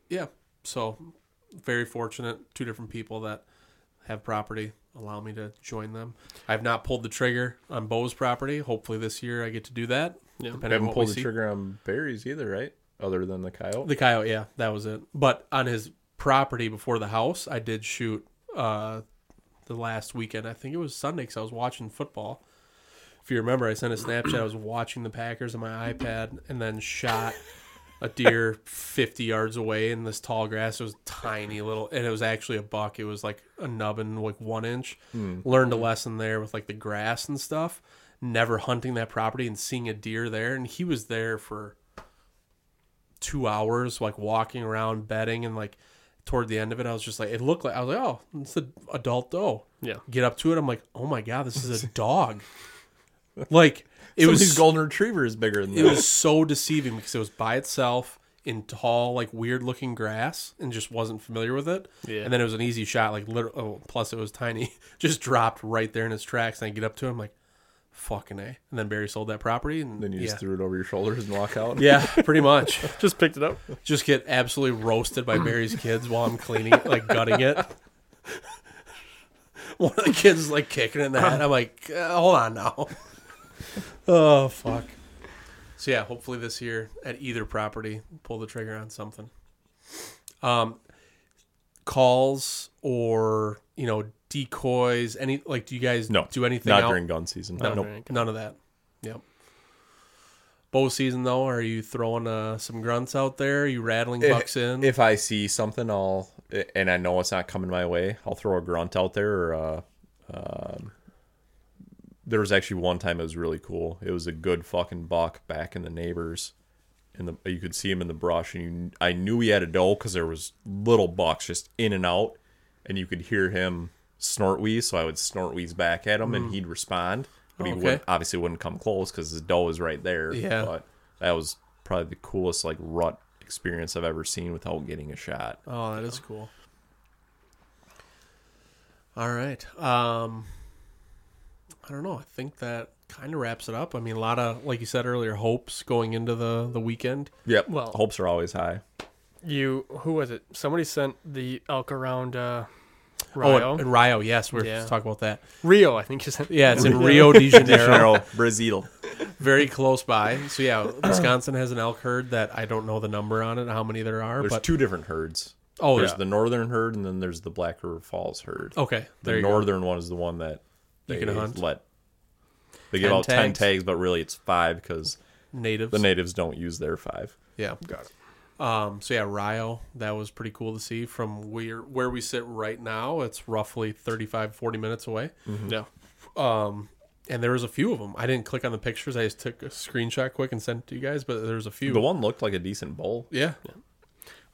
yeah, so very fortunate. Two different people that have property allow me to join them. I've not pulled the trigger on Bo's property. Hopefully this year I get to do that. Yeah, I haven't pulled the trigger on berries either, right? Other than the coyote. the coyote, yeah, that was it. But on his property before the house, I did shoot uh, the last weekend. I think it was Sunday because I was watching football. If you remember, I sent a Snapchat. I was watching the Packers on my iPad and then shot a deer 50 yards away in this tall grass. It was tiny little, and it was actually a buck. It was like a nubbin, like one inch. Learned a lesson there with like the grass and stuff. Never hunting that property and seeing a deer there. And he was there for two hours, like walking around bedding. And like toward the end of it, I was just like, it looked like, I was like, oh, it's an adult doe. Yeah. Get up to it. I'm like, oh my God, this is a dog. like, it was golden retriever is bigger than it was so deceiving because it was by itself. in tall, like weird looking grass and just wasn't familiar with it. Yeah. And then it was an easy shot, like literally, oh, plus it was tiny, just dropped right there in his tracks. And I get up to him, like, fucking A. And then Barry sold that property. And Then you yeah. just threw it over your shoulders and walk out. Yeah, pretty much. Just picked it up. just get absolutely roasted by Barry's kids while I'm cleaning, like gutting it. One of the kids is like kicking in the head. I'm like, uh, hold on now. oh fuck. So yeah, hopefully this year at either property, pull the trigger on something. Um, calls or you know decoys. Any like, do you guys No. do anything? Not out- during gun season. No, Nope. none of that. Yep. Bow season though, are you throwing uh, some grunts out there? Are you rattling bucks in? If I see something, I'll and I know it's not coming my way. I'll throw a grunt out there. Or, uh, um, there was actually one time it was really cool. It was a good fucking buck back in the neighbors, and the you could see him in the brush, and you, I knew he had a doe because there was little bucks just in and out, and you could hear him snort wheeze. So I would snort wheeze back at him, and he'd respond, but he Hmm. Oh, Okay. would obviously wouldn't come close because his doe was right there. Yeah. but that was probably the coolest like rut experience I've ever seen without getting a shot. oh, that is cool. All right. Um, I don't know. I think that kind of wraps it up. I mean, a lot of like you said earlier, hopes going into the the weekend. Yep. Well- hopes are always high. You who was it? Somebody sent the elk around uh, Oh, Rio. and, and Rio. Yes, we're Yeah. to talk about that. Rio, I think you sent. Yeah, it's in Rio de Janeiro. Brazil. very close by. So yeah, Wisconsin has an elk herd that I don't know the number on it, how many there are, There's but two different herds. oh there's yeah. the northern herd and then there's the Black River Falls herd. Oh, okay, the there you go. northern one is the one that You they can hunt. let. They give 10 out ten tags. tags, but really it's five because natives. the natives don't use their five. yeah, got it. Um, so yeah, Rio, that was pretty cool to see from where where we sit right now. It's roughly 35, 40 minutes away, Yeah. and there was a few of them. I didn't click on the pictures; I just took a screenshot quick and sent it to you guys. But there was a few. The one looked like a decent bull. yeah,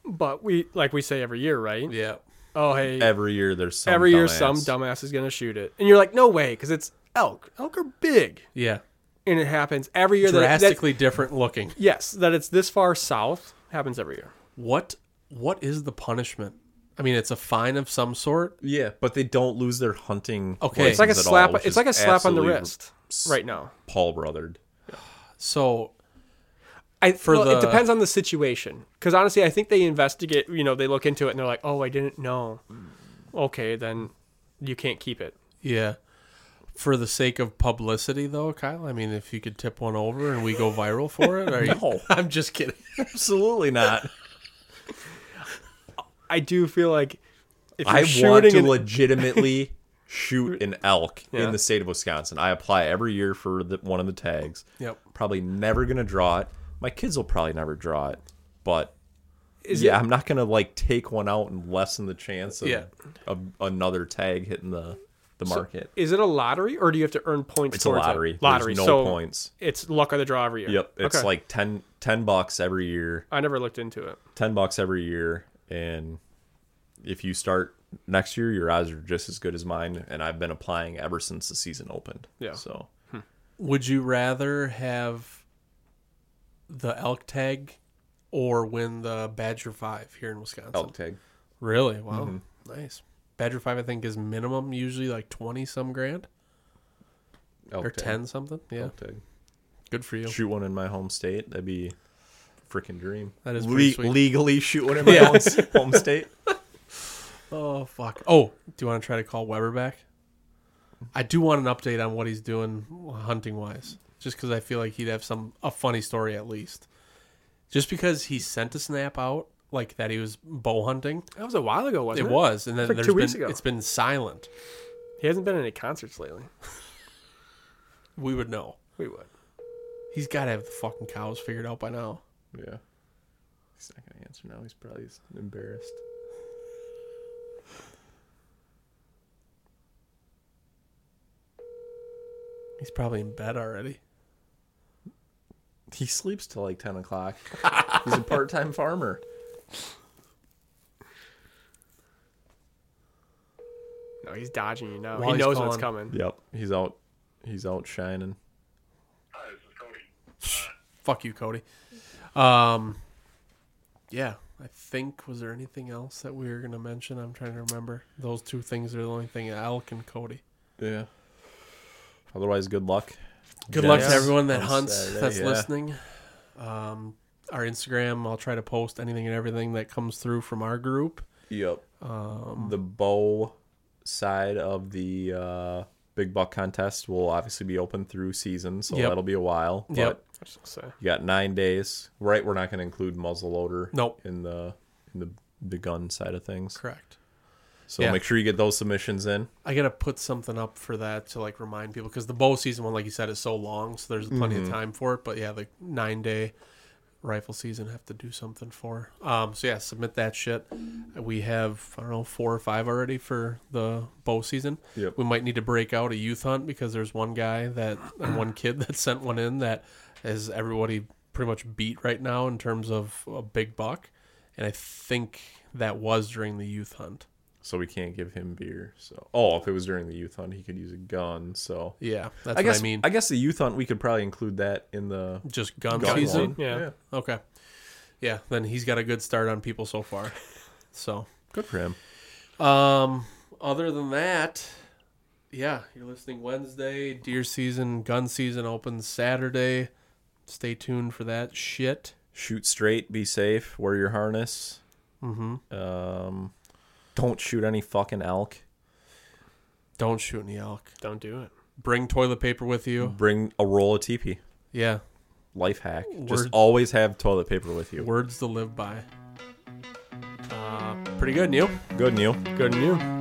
But we like we say every year, right? yeah, Oh hey, Every year there's some every year dumbass. some dumbass is gonna shoot it, and you're like, no way, because it's elk. Elk are big, yeah. and it happens every year. that- that- Drastically different looking. yes, that it's this far south happens every year. What what is the punishment? I mean, it's a fine of some sort. Yeah, but they don't lose their hunting. Okay. It's like a license at slap. all, which it's is like a slap on the absolutely wrist right now. Paul brothered. So I For well, it the- depends on the situation. Because honestly, I think they investigate. You know, they look into it and they're like, "Oh, I didn't know." Mm. Okay, then you can't keep it. Yeah. For the sake of publicity, though, Kyle, I mean, if you could tip one over and we go viral for it, are you? No. I'm just kidding. Absolutely not. I do feel like if you're I want shooting to an- legitimately shoot an elk Yeah. in the state of Wisconsin. I apply every year for the, one of the tags. Yep. Probably never gonna draw it. My kids will probably never draw it, but Is yeah, I'm not gonna like take one out and lessen the chance of, Yeah. of another tag hitting the the market. Is it a lottery or do you have to earn points? It's a towards it? lottery. There's Lottery. no so points. It's luck of the draw every year. Yep, it's Okay. like 10, 10 bucks every year. I never looked into it. 10 bucks every year and if you start next year your odds are just as good as mine and i've been applying ever since the season opened Yeah. so Would you rather have the elk tag or win the Badger 5 here in Wisconsin? elk tag Mm-hmm. Really? Wow. Nice. Badger 5, I think, is minimum usually like 20 some grand elk or tag. 10 something. Yeah. elk tag Good for you. shoot one in my home state that'd be freaking dream That is pretty sweet. legally shoot one in my Yeah. own s- home state Oh, fuck. Oh, do you want to try to call Weber back? I do want an update on what he's doing hunting wise, just because I feel like he'd have some a funny story at least. Just because he sent a snap out like that, he was bow hunting. That was a while ago, wasn't It it? was, and then like there's two weeks been ago. it's been silent. He hasn't been in any concerts lately. We would know. We would. He's got to have the fucking cows figured out by now. yeah he's not gonna answer now he's probably s- embarrassed He's probably in bed already. he sleeps till like 10 o'clock he's a part-time farmer No, he's dodging you now. While he he's knows what's calling. coming. yep he's out he's out shining Hi, this is Cody. Fuck you, Cody. Um, yeah, I think was there anything else that we were gonna mention? I'm trying to remember. Those two things are the only thing. Elk and Cody. Yeah. Otherwise, good luck. Good Yes. luck to everyone that On hunts Saturday, that's yeah. listening. Um, our Instagram. I'll try to post anything and everything that comes through from our group. Yep. Um, the bow side of the uh, big buck contest will obviously be open through season, so Yep. that'll be a while. But I Yep. was gonna say. you got nine days, right? We're not going to include muzzleloader. Nope. In the in the the gun side of things. Correct. So Yeah. make sure you get those submissions in. I gotta put something up for that to like remind people because the bow season one, like you said, is so long, so there's plenty of time for it. But yeah, the nine day rifle season, I have to do something for. Um, so yeah, submit that shit. We have I don't know four or five already for the bow season. Yep. We might need to break out a youth hunt because there's one guy that and one kid that sent one in that has everybody pretty much beat right now in terms of a big buck, and I think that was during the youth hunt. So we can't give him beer. So oh, if it was during the youth hunt, he could use a gun. So Yeah, that's I what guess I mean. guess the youth hunt we could probably include that in the just gun, gun season. one. Yeah. Okay. Yeah, then he's got a good start on people so far. So, Good for him. um, other than that, yeah, you're listening Wednesday, deer season, gun season opens Saturday. Stay tuned for that shit. Shoot straight. Be safe. Wear your harness. Mm-hmm. Um, don't shoot any fucking elk. Don't shoot any elk. Don't do it. Bring toilet paper with you. Bring a roll of teepee. Yeah, Life hack. Just Word. always have toilet paper with you. words to live by. Uh, pretty good, Neil. Good, Neil. Good on you.